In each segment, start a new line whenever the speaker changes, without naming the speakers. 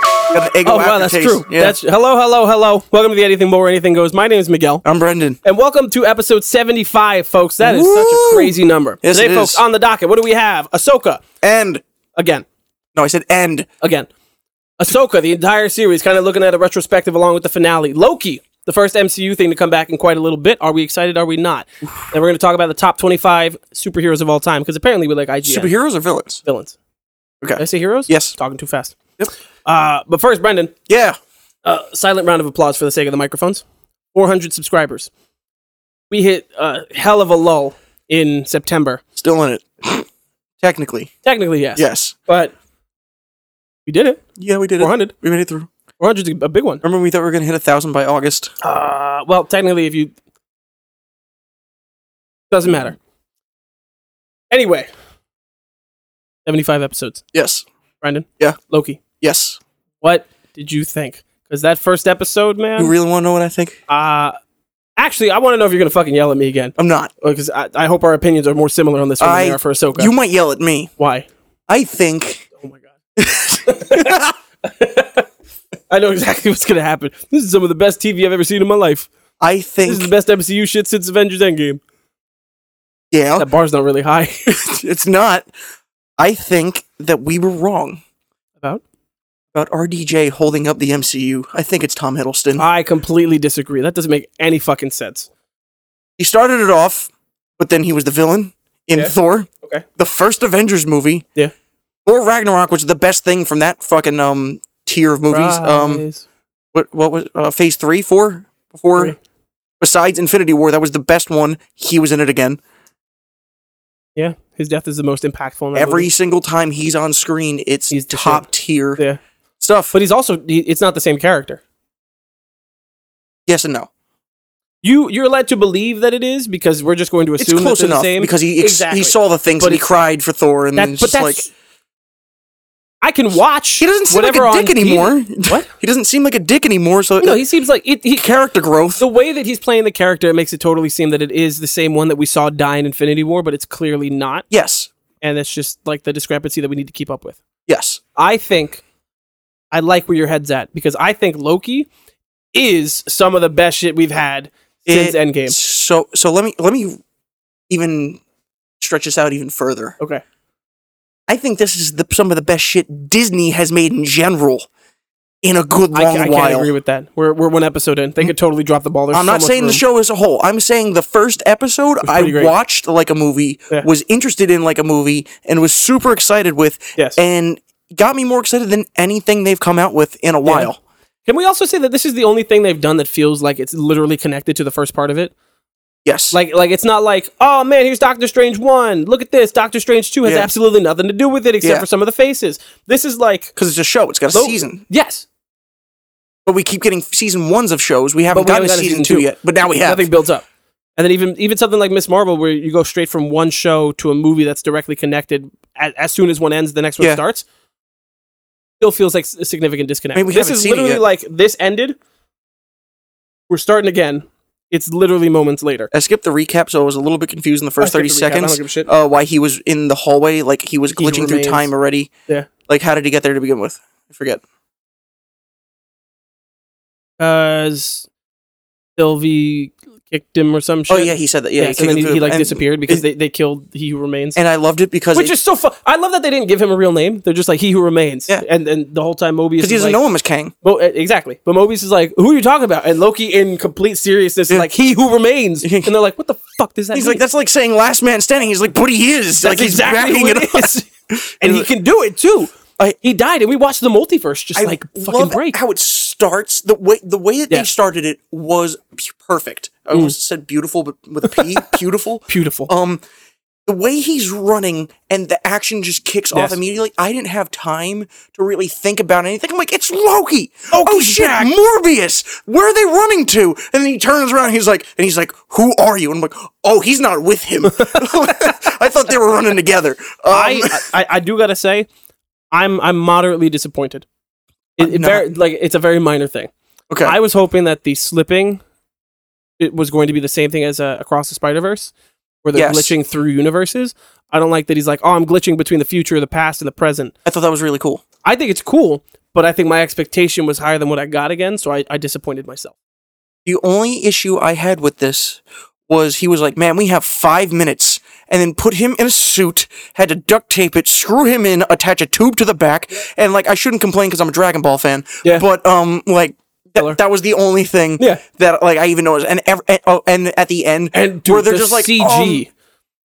go
Oh
after
wow, that's
Chase.
true.
Yeah.
That's hello, hello, hello. Welcome to the Anything More Anything Goes. My name is Miguel,
I'm Brendan.
and welcome to episode seventy-five, folks. That is such a
Woo!
crazy number.
Yes,
Today,
it
folks,
is.
on the docket, what do we have? Ahsoka
And
again,
no, I said and
again. Ahsoka, the entire series, kind of looking at a retrospective along with the finale. Loki, the first MCU thing to come back in quite a little bit. Are we excited? Are we not? and we're going to talk about the top twenty-five superheroes of all time because apparently we like IGN
superheroes or villains?
villains.
Okay.
Did I say heroes?
Yes.
Talking too fast.
Yep.
Uh, but first, Brendan,
Yeah.
uh, silent round of applause for the sake of the microphones. 400 subscribers. We hit a hell of a lull in September.
Still in it. Technically.
Technically, yes.
Yes.
But we did it.
Yeah, we did it.
400.
We made it through.
400 is a big one.
Remember, we thought we were going to hit a thousand by August.
Uh, well, technically, if you. Doesn't matter. Anyway, 75 episodes.
Yes.
Brendan?
Yeah.
Loki,
Yes.
what did you think? Because that first episode, man.
You really want to know what I think?
uh, actually, I want to know if you're going to fucking yell at me again.
I'm not.
because Oh, I, I hope our opinions are more similar on this one than they
I-
are for Ahsoka.
You might yell at me.
Why?
I think.
Oh my god! I know exactly what's gonna happen. This is some of the best TV I've ever seen in my life.
I
This is the
think.
best MCU shit since Avengers Endgame.
Yeah. Oh.
That bar's not really high.
It's not. I think that we were wrong
About?
about RDJ holding up the MCU. I think it's Tom Hiddleston.
I completely disagree. That doesn't make any fucking sense.
He started it off, but then he was the villain in
Yeah.
Thor,
Okay.
the first Avengers movie.
Yeah.
Thor Ragnarok was the best thing from that fucking um tier of movies. Um, what what was uh, Phase three, four, before.
Three.
Besides Infinity War, that was the best one. He was in it again.
yeah, his death is the most impactful. In that
Every
movie.
single time he's on screen, it's
He's the
top tier
yeah,
stuff.
but he's also he, it's not the same character.
yes and no.
You you're led to believe that it is because we're just going to
It's
assume that
close
they're the
enough
same
because he ex-
Exactly.
he saw the things
But
and he
it's-
cried for Thor, and
That-
it's
but
just
that's
like
I can watch.
he doesn't seem like
whatever
a dick
on TV.
anymore.
What?
he doesn't seem like a dick anymore. So
No, he seems like it, he.
character growth.
The way that he's playing the character, it makes it totally seem that it is the same one that we saw die in Infinity War, but it's clearly not,
Yes,
and that's just like the discrepancy that we need to keep up with.
yes,
I think I like where your head's at because I think Loki is some of the best shit we've had
It-
since Endgame.
So so let me let me even stretch this out even further.
Okay,
I think this is the, some of the best shit Disney has made in general in a good
I,
long
ca- I
while.
can't agree with that. We're we're one episode in. They could totally drop the ball. There's
Mm-hmm. I'm not
so much
saying the
room.
show as a whole. I'm saying the first episode I
pretty great.
watched like a movie,
Yeah.
was interested in like a movie, and was super excited with,
Yes.
and got me more excited than anything they've come out with in a while.
Can we also say that this is the only thing they've done that feels like it's literally connected to the first part of it?
Yes.
Like, like it's not like, oh man, here's Doctor Strange one. Look at this. Doctor Strange two has
Yeah.
absolutely nothing to do with it except
Yeah.
for some of the faces. This is like
because it's a show, it's got a
Lo-
season.
Yes,
But we keep getting season ones of shows. We haven't
But we
gotten
haven't
to
gotten
season,
season
two
two.
yet. But now we have.
nothing builds up. And then even even something like Miss Marvel, where you go straight from one show to a movie that's directly connected. As, as soon as one ends, the next one
Yeah.
starts. Still feels like s- a significant disconnect.
Maybe we
this
haven't
is
seen it
literally
yet.
like this ended. We're starting again. It's literally moments later.
I skipped the recap, so I was a little bit confused in the first
I
thirty
skipped the recap, I don't
seconds.
give a shit.
Uh, why he was in the hallway, like he was
He
glitching through
remains-
time already.
Yeah.
Like, how did he get there to begin with? I forget.
because Sylvie kicked him or some shit.
Oh yeah, he said that. Yeah,
Yes, and then
came
he,
through-
he, like
and-
disappeared because they, they killed he who remains,
And I loved it because
which
it-
is so fun. I love that they didn't give him a real name. They're just like he who remains.
Yeah.
and and the whole time Mobius
because
is
he doesn't
like,
know him as Kang.
Mo- eh, exactly. But Mobius is like, who are you talking about? And Loki, in complete seriousness, is
Yeah.
like he who remains, and they're like, what the fuck does that?
He's
mean?
like, that's like saying last man standing. He's like, but he is. like
That's
he's backing
what
it up.
is. and he can do it too.
I-
he died, and we watched the multiverse just
I
like fucking
love
break.
how it starts. The way the way that
Yeah. Mm.
they started it was p- perfect. I almost said beautiful, but with a P, beautiful.
Beautiful.
Um, the way he's running and the action just kicks
Yes.
off immediately. I didn't have time to really think about anything. I'm like, it's Loki. oh
Loki's
shit,
back.
Morbius. Where are they running to? And then he turns around. he's like, and he's like, who are you? And I'm like, oh, he's not with him. I thought they were running together. Um,
I, I I do gotta say, I'm I'm moderately disappointed. It, it
I'm
very, like it's a very minor thing.
okay.
I was hoping that the slipping it was going to be the same thing as uh, across the Spider Verse, where they're
Yes.
glitching through universes. I don't like that he's like, oh, I'm glitching between the future, the past, and the present.
I thought that was really cool.
I think it's cool, but I think my expectation was higher than what I got again, so I, I disappointed myself.
The only issue I had with this was he was like, man, we have five minutes. And then put him in a suit, had to duct tape it, screw him in, attach a tube to the back. And like, I shouldn't complain because I'm a Dragon Ball fan.
Yeah.
But, um, like,
Killer.
that, that was the only thing
Yeah.
that like I even noticed. And, ev- and, oh, and at the end,
And dude,
where they're
the
just like,
CG,
um,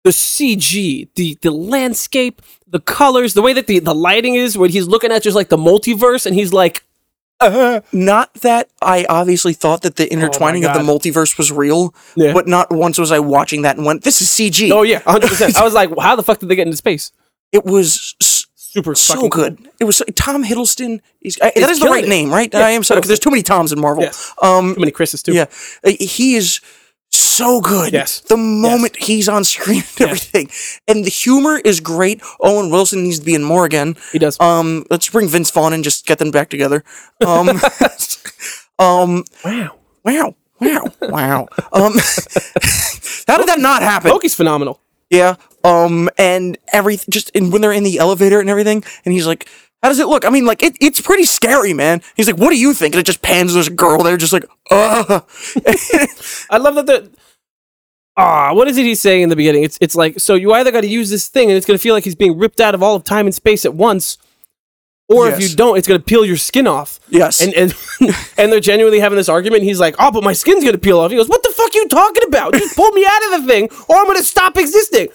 the CG, the the landscape, the colors, the way that the the lighting is, when he's looking at just like the multiverse, and he's like,
Uh-huh. not that I obviously thought that the intertwining of the multiverse was real,
Oh Yeah.
but not once was I watching that and went, this is CG.
oh yeah, hundred percent. I was like, how the fuck did they get into space?
It was s-
Super
so
fucking
good. It was Tom Hiddleston. He's, I, that is the
killing
right
it.
name, right? I am sorry because there's too many Toms in Marvel.
Yes.
Um,
Too many Chris's too.
yeah, Uh, he is so good.
Yes.
the moment he's on screen and everything, and the humor is great. Owen Wilson needs to be in more again.
he does.
Um, let's bring Vince Vaughn and just get them back together. Um, um,
wow,
wow, wow, wow. Um, how did that not happen?
Loki's phenomenal.
Yeah. Um, and every just and when they're in the elevator and everything, and he's like, "How does it look?" I mean, like it, it's pretty scary, man. He's like, "What do you think?" And it just pans. There's a girl there, just like, "Ugh."
I love that the ah, what is it he's saying in the beginning? It's it's like so you either got to use this thing and it's gonna feel like he's being ripped out of all of time and space at once, or if
Yes.
you don't, it's gonna peel your skin off.
yes.
And and and they're genuinely having this argument. He's like, "Oh, but my skin's gonna peel off." He goes, "What the fuck you talking about? Just pull me out of the thing, or I'm gonna stop existing."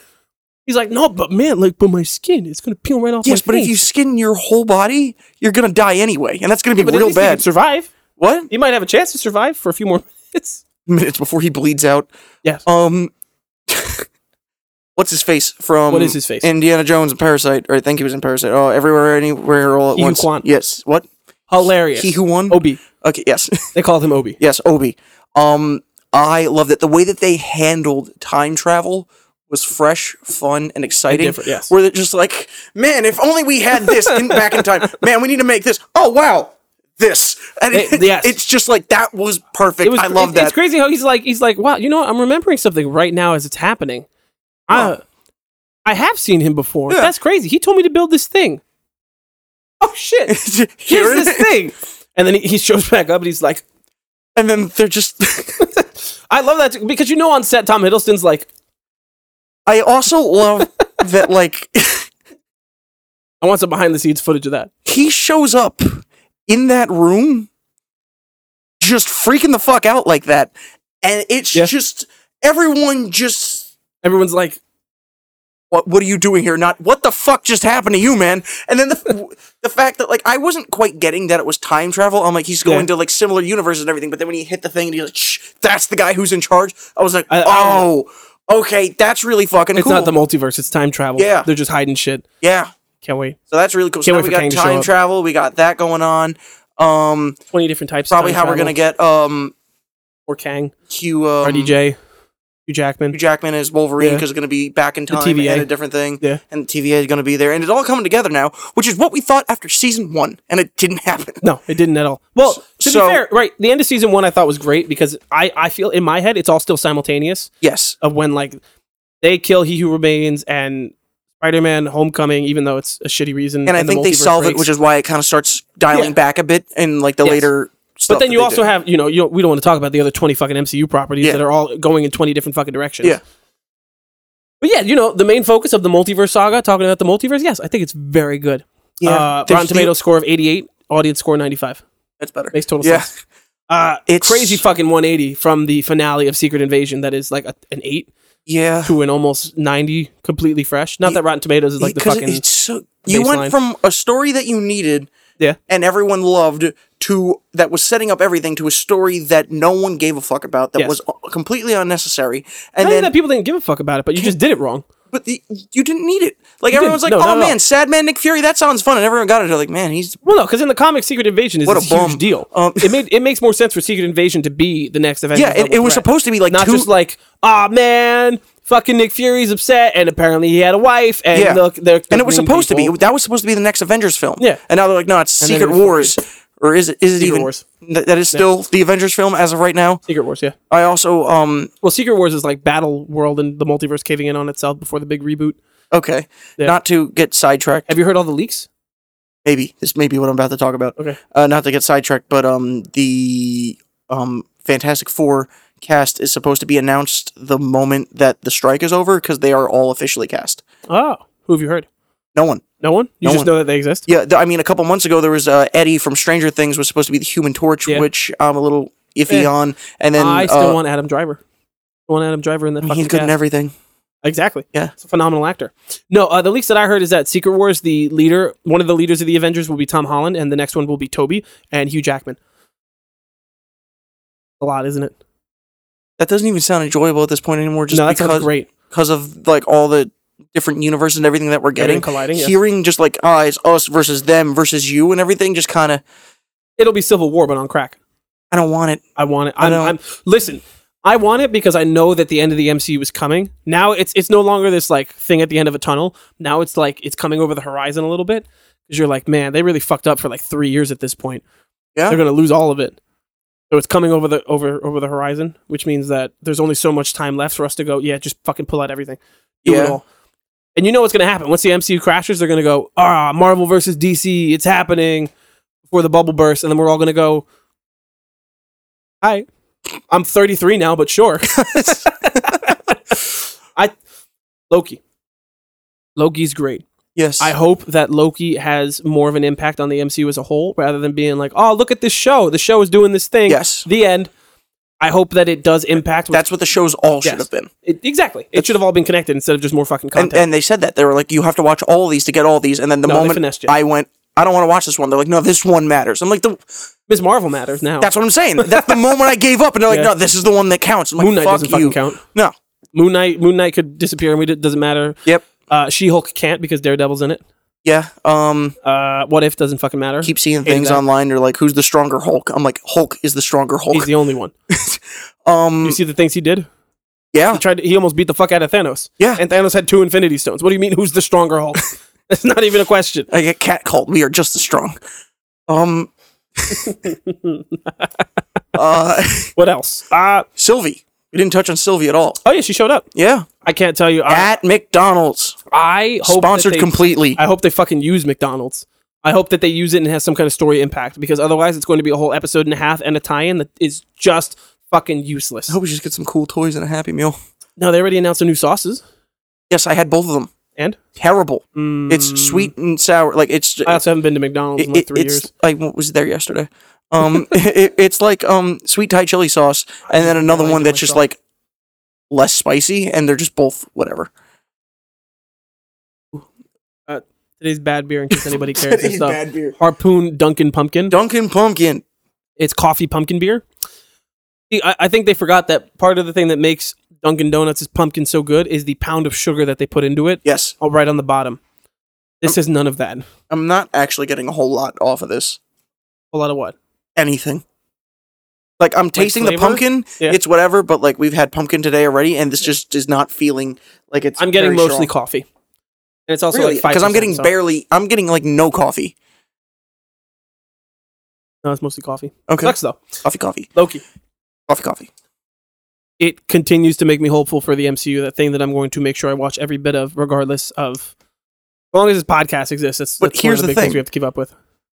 He's like, "No, but man, like, but my skin, it's gonna peel right off."
yes,
my
but if
face."
you skin your whole body, you're gonna die anyway, and that's gonna be
But at
real
least he could
bad.
survive.
what
He might have a chance to survive for a few more minutes.
minutes before he bleeds out?
Yes.
Um, what's his face from?
What is his face?
Indiana Jones and Parasite, or I think he was in Parasite. Oh, everywhere, anywhere, all at
He Who Oh.
once.
Kwan.
Yes. What?
Hilarious.
He who won?
Obi.
Okay. Yes.
They called him Obi.
Yes, Obi. Um, I loved it. The way that they handled time travel was fresh, fun, and exciting.
different, yes.
Where they're just like, man, if only we had this in, back in time. Man, we need to make this. Oh wow, this. And
It-
it-
yes.
it's just like that was perfect.
It was,
I love
it-
that.
It's crazy how he's like, he's like, wow, you know what? I'm remembering something right now as it's happening. I, I have seen him before.
Yeah.
That's crazy. He told me to build this thing. Oh shit!
Here it
Here's this
is.
thing. And then he, he shows back up and he's like,
And then they're just.
I love that too, because you know on set Tom Hiddleston's like,
I also love that like
I want some behind the scenes footage of that.
he shows up in that room just freaking the fuck out like that and it's
Yeah.
just everyone just
Everyone's like,
what what are you doing here not what the fuck just happened to you man and then the the fact that like I wasn't quite getting that it was time travel I'm like he's going
Yeah.
to like similar universes and everything but then when he hit the thing and he's like Shh, that's the guy who's in charge I was like
I- I-
oh okay that's really fucking
it's
cool
not the multiverse, it's time travel.
Yeah.
they're just hiding shit.
yeah
Can't wait.
so that's really cool so
Can't
now
wait
we
for
got
Kang to show
time
up.
travel we got that going on um
Twenty different types.
probably how we're gonna get um
or Kang,
Q um,
RDJ, Hugh Jackman.
Hugh Jackman as Wolverine
Yeah.
because it's going to be back in time
TVA.
and a different thing.
Yeah.
And TVA is going to be there. And it's all coming together now, which is what we thought after season one. And it didn't happen.
No, it didn't at all. Well, to
so-
be fair, right, the end of season one I thought was great because I, I feel in my head it's all still simultaneous
Yes.
of when like they kill He Who Remains and Spider Man Homecoming, even though it's a shitty reason.
And, I think they solve it, which is why it kind of starts dialing
Yeah.
back a bit in like the
Yes.
later stuff.
But then
that
you
they
also
do.
have you know you don't, we don't want to talk about the other twenty fucking MCU properties
Yeah.
that are all going in twenty different fucking directions.
Yeah.
But yeah, you know the main focus of the multiverse saga, talking about the multiverse. Yes, I think it's very good.
Yeah.
Uh,
There's
Rotten
the-
Tomatoes score of eighty eight, audience score ninety five.
That's better.
Makes total
Yeah.
sense. Uh,
It's-
crazy fucking 180 from the finale of Secret Invasion that is like a, an 8
Yeah.
to an almost 90 completely fresh. Not that Rotten Tomatoes is like the
Because
fucking
it's so. You
baseline.
went from a story that you needed
yeah.
and everyone loved to that was setting up everything to a story that no one gave a fuck about that
Yes.
was completely unnecessary and
Not even
then
that people didn't give a fuck about it, but you just did it wrong.
but the, you didn't need it. Like everyone's like,
didn't. No,
"Oh
not at all.
man, Sad Man Nick Fury, that sounds fun," and everyone got it. They're like, "Man, he's
Well, no, because in the comic, Secret Invasion is
What a
a huge
bum.
deal.
Um,
it made it makes more sense for Secret Invasion to be the next Avengers.
yeah." It,
level
it was
threat.
supposed to be like
not
two,
just like ah man, fucking Nick Fury's upset, and apparently he had a wife, and
Yeah.
look, they're,
and it was supposed to be that was supposed to be the next Avengers film.
Yeah.
and now they're like, "No, it's
then
Secret
it's-
Wars." Or is it? Is it
Secret
even?
Wars.
Th- that is still the Avengers film as of right now.
Secret Wars. Yeah,
I also um
well, Secret Wars is like Battle World and the multiverse caving in on itself before the big reboot.
okay,
Yeah.
not to get sidetracked.
Have you heard all the leaks?
maybe this may be what I'm about to talk about.
Okay.
Uh, not to get sidetracked, but um, the um Fantastic Four cast is supposed to be announced the moment that the strike is over because they are all officially cast.
Oh, who have you heard?
No one.
No one. You
No
just
one.
know that they exist.
Yeah, th- I mean, a couple months ago there was uh, Eddie from Stranger Things was supposed to be the Human Torch,
Yeah.
which I'm a little iffy
Eh.
on. And then
I still
uh,
want Adam Driver. I want Adam Driver in
I
that
mean,
fucking
he's good in
cast.
everything.
Exactly.
Yeah.
He's a phenomenal actor. No, uh, the leaks that I heard is that Secret Wars, the leader, one of the leaders of the Avengers will be Tom Holland, and the next one will be Toby and Hugh Jackman. A lot, isn't it?
That doesn't even sound enjoyable at this point anymore, just
no, that sounds
because
great.
because of like all the different universes and everything that we're
Getting
getting.
colliding. yeah.
Hearing just like ah, it's us versus them versus you and everything, just kind of
It'll be Civil War, but on crack.
I don't want it.
I want it.
I
I'm,
don't-
I'm listen. I want it because I know that the end of the MCU is coming. Now it's it's no longer this like thing at the end of a tunnel. Now it's like it's coming over the horizon a little bit because you're like, man, they really fucked up for like three years at this point.
Yeah.
they're gonna lose all of it. So it's coming over the over over the horizon, which means that there's only so much time left for us to go. Yeah, just fucking pull out everything. Do it
Yeah.
all. And you know what's gonna happen once the MCU crashes? They're gonna go, ah, Marvel versus DC, it's happening before the bubble bursts, and then we're all gonna go, hi, I'm 33 now, but sure. I Loki. Loki's great.
Yes,
I hope that Loki has more of an impact on the MCU as a whole rather than being like, oh, look at this show. The show is doing this thing.
Yes.
The end. I hope that it does impact.
that's what the shows all
Yes.
should have been.
it, exactly. It should have all been connected instead of just more fucking
And,
content.
and they said that they were like, you have to watch all these to get all these. And then the
No, they
moment
finessed you.
I went, I don't want to watch this one. They're like, no, this one matters. I'm like, the,
Ms. Marvel matters now.
that's what I'm saying. That's the moment I gave up. And they're like,
Yeah.
no, this is the one that counts. I'm like,
Moon Knight
fuck
doesn't
you.
fucking count.
No.
Moon Knight, Moon Knight could disappear and we it doesn't matter.
Yep.
Uh, she Hulk can't because Daredevil's in it.
Yeah. Um.
Uh, what if doesn't fucking matter.
Keep seeing
Hated
things
that.
online. They're like, who's the stronger Hulk? I'm like, Hulk is the stronger Hulk.
He's the only one.
um.
You see the things he did?
Yeah.
He tried. To, he almost beat the fuck out of Thanos.
Yeah.
And Thanos had two Infinity Stones. What do you mean? Who's the stronger Hulk? That's not even a question.
I get cat called. We are just as strong. Um. uh,
What else? Uh,
Sylvie. We didn't touch on Sylvie at all.
oh yeah, she showed up.
Yeah.
I can't tell you. I,
At McDonald's.
I hope that
Sponsored
they,
completely.
I hope they fucking use McDonald's. I hope that they use it and it has some kind of story impact because otherwise it's going to be a whole episode and a half and a tie-in that is just fucking useless.
I hope we just get some cool toys and a Happy Meal.
No, they already announced the new sauces
Yes, I had both of them.
and
Terrible.
Mm,
It's sweet and sour. Like it's.
I also haven't been to McDonald's in
it-
like
it-
three
it's
years.
I w- was there yesterday. Um, it, it's like um sweet Thai chili sauce, and then another
I
one
do
that's just
myself.
like less spicy, and they're just both whatever.
Today's bad beer in case anybody cares and stuff.
beer.
Harpoon Dunkin' Pumpkin.
Dunkin' Pumpkin.
it's coffee pumpkin beer. See, I, I think they forgot that part of the thing that makes Dunkin' Donuts' pumpkin so good is the pound of sugar that they put into it,
Yes,
all Oh, right on the bottom. This
Oh.
has none of that. A
I'm not actually getting a whole lot off of this.
lot of what?
Anything. Like I'm tasting the
flavor?
pumpkin.
Yeah.
It's whatever, but like we've had pumpkin today already, and this just is not feeling like it's.
I'm getting
very
mostly
strong.
coffee, and it's also
Really?
like five.
because I'm getting barely. I'm getting like no coffee.
No, it's mostly coffee.
Okay,
Sucks though.
coffee, coffee,
Loki.
coffee, coffee.
It continues to make me hopeful for the MCU. That thing that I'm going to make sure I watch every bit of, regardless of. As long as this podcast exists, that's,
But
that's one of
here's
the
the
big things
thing.
we have to keep up with.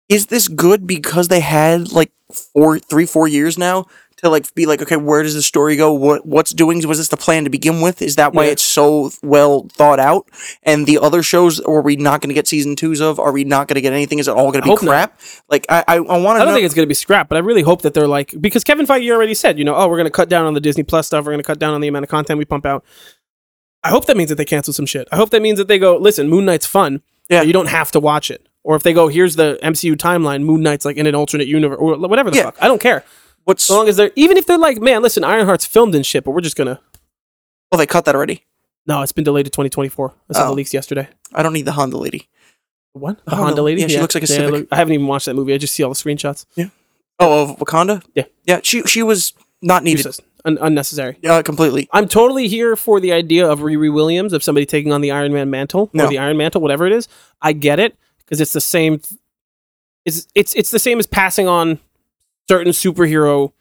is this good because they had like four, three, four years now to like be like, okay, where does the story go? What what's doing? Was this the plan to begin with? Is that why
Yeah.
it's so well thought out? And the other shows, are we not going to get season twos of? Are we not going to get anything? Is it all going to be
hope not.
crap? Like I, I, I want
I
to
don't
know.
think it's going to be scrapped, but I really hope that they're like because Kevin Feige already said, you know, oh, we're going to cut down on the Disney Plus stuff, we're going to cut down on the amount of content we pump out. I hope that means that they cancel some shit. I hope that means that they go, listen, Moon Knight's fun,
Yeah.
but you don't have to watch it. Or if they go, here's the MCU timeline, Moon Knight's like in an alternate universe or whatever the
Yeah.
fuck. I don't care.
What's
As long as they're even if they're like, man, listen, Ironheart's filmed and shit, but we're just going to
oh they cut that already.
No, it's been delayed to 2024. I saw the
Oh.
leaks yesterday.
I don't need the Honda lady.
What? The
Oh,
Honda
no.
lady?
Yeah, she looks like a Civic.
look- I haven't even watched that movie. I just see all the screenshots.
Oh, of Wakanda.
Yeah.
yeah. She she was not needed
Useless. Un- unnecessary.
uh, completely.
I'm totally here for the idea of Riri Williams of somebody taking on the Iron Man mantle or
No.
the Iron Mantle, whatever it is. I get it because it's the same. It's it's it's the same as passing on certain superhero.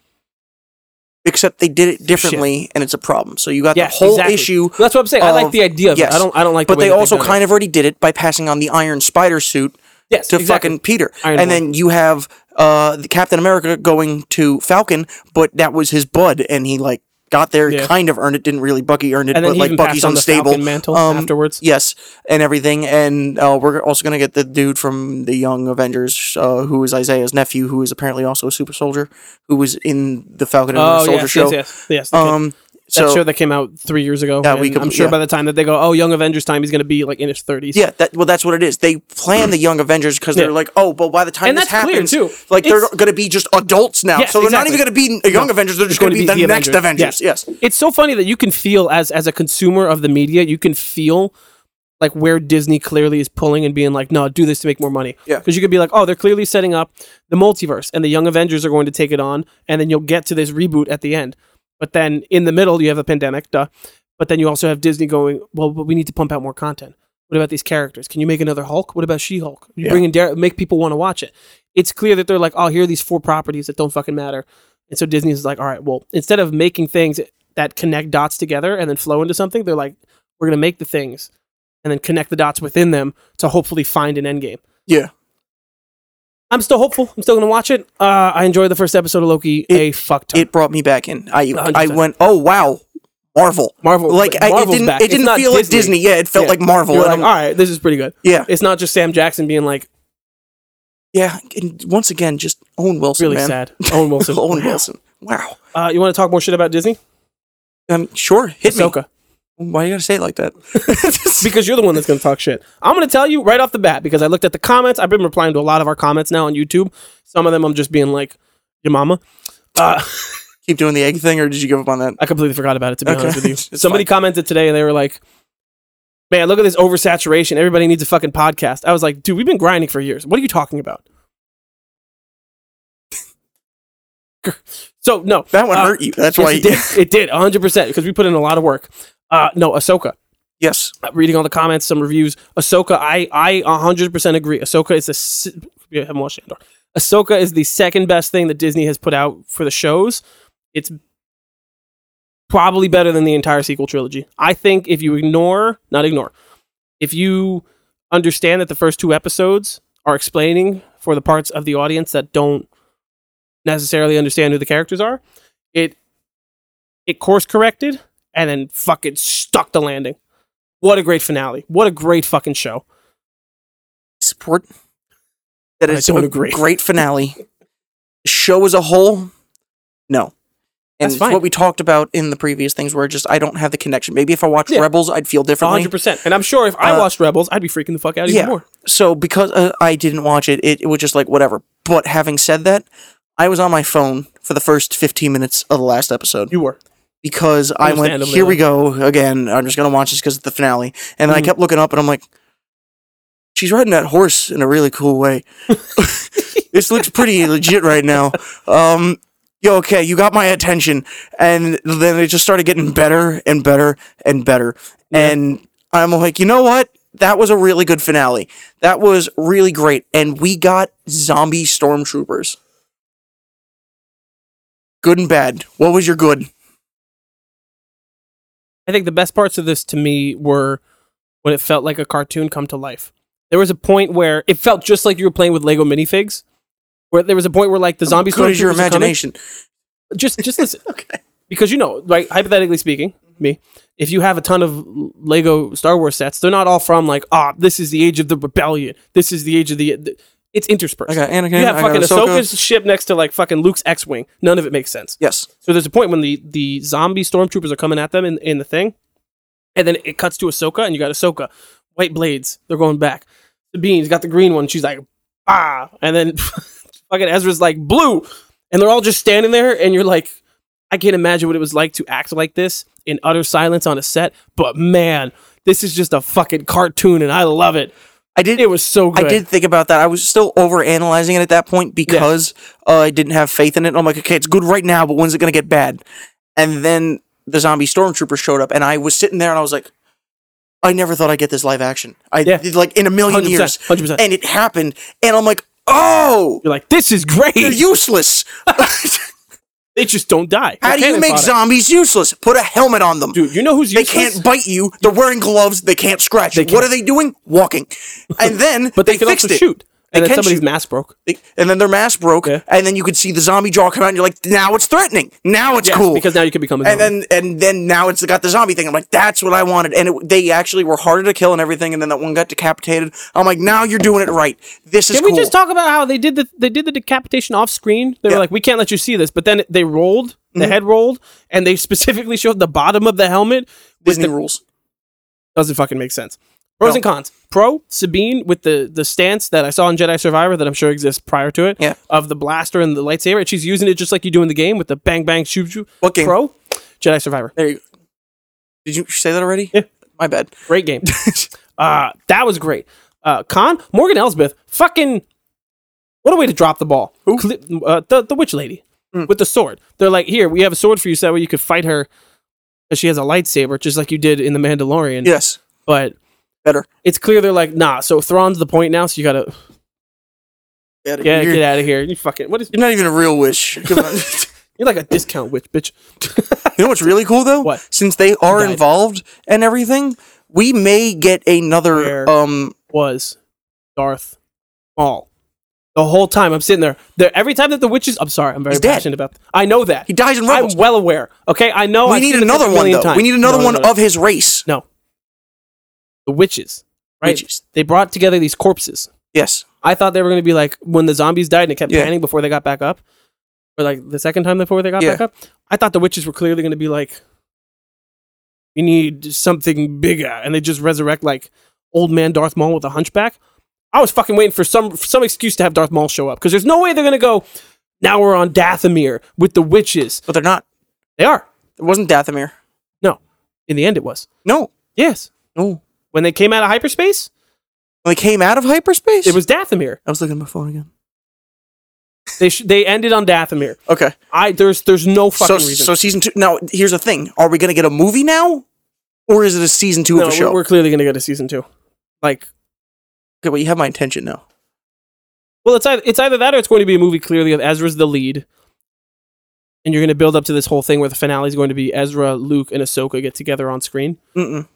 Except they did it differently, and it's a problem. So you got
Yeah,
the whole
exactly.
issue
That's what I'm saying. I like
Of-
the idea of it.
yes.
I don't I don't like.
But
the way
they
that they've
also
done it.
kind of already did it by passing on the Iron Spider suit
Yes,
to
exactly.
fucking Peter.
Iron
and
Boy.
then you have uh, the Captain America going to Falcon, but that was his bud, and he like got there,
Yeah.
kind of earned it. Didn't really Bucky earned it,
And then
but
he
like
even
Bucky's
passed on the
unstable. Um,
Falcon mantle afterwards.
yes, and everything. And uh, we're also gonna get the dude from the Young Avengers, uh, who is Isaiah's nephew, who is apparently also a super soldier, who was in the Falcon and Winter
Oh
Soldier
yes,
show.
yes, yes, yes. the kid.
Um,
that
so
show that came out three years ago.
That we
and
could-
I'm sure
yeah.
by the time that they go, oh, Young Avengers time, he's going to be like in his 30s.
Yeah, that well, that's what it is. They plan the Young Avengers because they're
Yeah.
like, oh, but by the time
And
this
that's clear,
happens,
too.
like they're
It's-
going to be just adults now,
Yes,
so they're
exactly.
not even going to be Young Avengers. They're just going to be, the, next Avengers.
Yeah.
Yes,
It's so funny that you can feel as as a consumer of the media, you can feel like where Disney clearly is pulling and being like, no, do this to make more money.
Yeah.
Because you could be like, oh, they're clearly setting up the multiverse and the Young Avengers are going to take it on, and then you'll get to this reboot at the end. But then in the middle, you have a pandemic, duh. But then you also have Disney going, well, but we need to pump out more content. What about these characters? Can you make another Hulk? What about She Hulk? You
Yeah.
bring in Dare, make people want to watch it. It's clear that they're like, oh, here are these four properties that don't fucking matter. And so Disney's like, all right, well, instead of making things that connect dots together and then flow into something, they're like, we're going to make the things and then connect the dots within them to hopefully find an end game.
yeah.
I'm still hopeful. I'm still going to watch it. Uh, I enjoyed the first episode of Loki a fuck ton.
It brought me back in. I I
100%.
went, oh wow, Marvel,
Marvel,
Like I, it
Marvel's
didn't
back.
it
It's
didn't
not
feel like Disney. Yeah, it felt
Yeah.
like Marvel.
You're
and
like, "Oh."
I'm-
all right, this is pretty good.
yeah,
It's not just Sam Jackson being like
yeah. And once again, just Owen Wilson,
really
man.
sad. Owen Wilson.
Owen Wilson. Wow.
Uh, you want to talk more shit about Disney?
Um, sure, hit
Ahsoka.
me. Why you gotta say it like that?
because you're the one that's going to talk shit. I'm going to tell you right off the bat because I looked at the comments. I've been replying to a lot of our comments now on YouTube. Some of them I'm just being like, your mama. Uh,
Keep doing the egg thing, or did you give up on that?
I completely forgot about it, to be
Okay.
honest with you.
It's
Somebody commented today and they were like, man, look at this oversaturation. Everybody needs a fucking podcast. I was like, dude, we've been grinding for years. What are you talking about? so, no.
That one
Uh,
hurt you. That's
yes,
why.
it did. It did 100% because we put in a lot of work. Uh, no, Ahsoka.
Yes.
Uh, reading all the comments, some reviews. Ahsoka, I I 100% agree. Ahsoka is the s- yeah, I haven't watched Andor. Ahsoka is the second best thing that Disney has put out for the shows. It's probably better than the entire sequel trilogy. I think if you ignore, not ignore, if you understand that the first two episodes are explaining for the parts of the audience that don't necessarily understand who the characters are, it it course corrected and then fucking stuck the landing. What a great finale. What a great fucking show.
support that
I
it's
don't
a
agree.
great finale. Show as a whole, no. And
That's
it's
fine.
what we talked about in the previous things where just I don't have the connection. Maybe if I watched
Yeah.
Rebels, I'd feel differently.
100%. And I'm sure if I
Uh,
watched Rebels, I'd be freaking the fuck out even
yeah.
more.
So because uh, I didn't watch it, it, it was just like whatever. But having said that, I was on my phone for the first 15 minutes of the last episode
You were.
because I went,
Understandably,
here we go again. I'm just going to watch this because it's the finale. And then I
Mhm.
kept looking up and I'm like, she's riding that horse in a really cool way. this looks pretty legit right now. Um, yo, okay, you got my attention. And then it just started getting better and better and better. And I'm like, you know what? That was a really good finale. That was really great. And we got zombie stormtroopers. Good and bad. What was your good?
I think the best parts of this to me were when it felt like a cartoon come to life. There was a point where it felt just like you were playing with Lego minifigs. Where there was a point where like the zombies
good as your
stormtroopers were coming.
imagination.
Just just listen.
Okay.
because you know, like hypothetically speaking, me, if you have a ton of Lego Star Wars sets, they're not all from like, ah, this is the age of the rebellion. This is the age of the. the it's interspersed.
I got Anakin.
You have
I
fucking
got Ahsoka.
Ahsoka's ship next to like fucking Luke's X-wing. None of it makes sense.
Yes.
So there's a point when the the zombie stormtroopers are coming at them in, in the thing, and then it cuts to Ahsoka, and you got Ahsoka, white blades. They're going back. Sabine's got the green one. She's like, ah, and then fucking Ezra's like blue, and they're all just standing there, and you're like, I can't imagine what it was like to act like this in utter silence on a set. But man, this is just a fucking cartoon, and I love it.
I did.
It was so
I
good.
did think about that. I was still over analyzing it at that point because uh, I didn't have faith in it. I'm like, okay, it's good right now, but when's it gonna get bad? And then the zombie stormtrooper showed up, and I was sitting there, and I was like, I never thought I'd get this live action. I
Yeah.
did like in a million
100%,
years,
100%.
and it happened, and I'm like, oh,
You're like, this is great.
they're useless.
they just don't die.
How
They're
do you
cannon
make
fodder.
zombies useless? Put a helmet on them.
Dude, you know who's
They
useless?
can't bite you. They're wearing gloves. They can't scratch you. What are they doing? Walking. And then
But they,
they,
can
fixed
also
it.
shoot. and then
can
somebody's
shoot-
mask broke.
and then their mask broke,
Yeah.
and then you could see the zombie jaw come out, and you're like, now it's threatening. Now it's
Yes,
cool.
because now you can become a
and
zombie.
then and then now it's got the zombie thing. I'm like, that's what I wanted. And it, they actually were harder to kill and everything. And then that one got decapitated. I'm like, now you're doing it right. This is
Did
cool.
we just talk about how they did the they did the decapitation off screen? They were like, we can't let you see this, but then they rolled,
Mm-hmm.
the head rolled, and they specifically showed the bottom of the helmet. With
Disney
the,
rules.
doesn't fucking make sense. Pros
No.
and cons. Pro Sabine with the the stance that I saw in Jedi Survivor that I'm sure exists prior to it.
Yeah.
Of the blaster and the lightsaber, and she's using it just like you do in the game with the bang bang shoot shoot.
What game?
Pro Jedi Survivor,
There you go. Did you say that already?
Yeah.
My bad.
great game. uh, that was great. Uh, con Morgan Elsbeth, fucking what a way to drop the ball.
Who?
Cli- uh, the the witch lady
Mm.
with the sword. They're like, here we have a sword for you, so that way you could fight her. 'Cause She has a lightsaber, just like you did in the Mandalorian.
yes.
But
Better.
it's clear they're like, nah. So Thrawn's the point now, so you gotta
Get out of
get
here.
get out of here. You fucking what is?
You're not even a real witch. Come on.
You're like a discount witch, bitch.
you know what's really cool though?
What?
Since they are
died.
involved and everything, we may get another
Where?
um
Was Darth Maul. The whole time I'm sitting there, there every time that the witches, I'm sorry, I'm very
He's dead.
passionate about. I know that
he dies in
I'm
Rebels.
well aware. Okay, I know.
we
I've
need
seen it
another
a
one
million
though.
times.
We need another
No,
one
no, no.
of his race.
no. The witches, right?
Witches.
They brought together these corpses.
Yes.
I thought they were going to be like when the zombies died and it kept
Yeah.
panning before they got back up, or like the second time before they got
Yeah.
back up. I thought the witches were clearly going to be like, we need something bigger, and they just resurrect like old man Darth Maul with a hunchback. I was fucking waiting for some for some excuse to have Darth Maul show up because there's no way they're going to go. Now we're on Dathomir with the witches.
But they're not.
They are.
It wasn't Dathomir.
No, in the end it was.
No.
Yes.
No.
When they came out of hyperspace,
When they came out of hyperspace?
it was Dathomir.
I was looking at my phone again.
They sh- they ended on Dathomir.
Okay.
I there's there's no fucking
So,
reason.
so season two. Now, here's the thing: Are we gonna get a movie now, or is it a season two
no,
of a
we're-
show?
we're clearly gonna go to season two. Like,
Okay, well, you have my attention now.
well, it's either, it's either that or it's going to be a movie clearly of Ezra's the lead, and you're gonna build up to this whole thing where the finale is going to be Ezra, Luke, and Ahsoka get together on screen.
Mm-mm.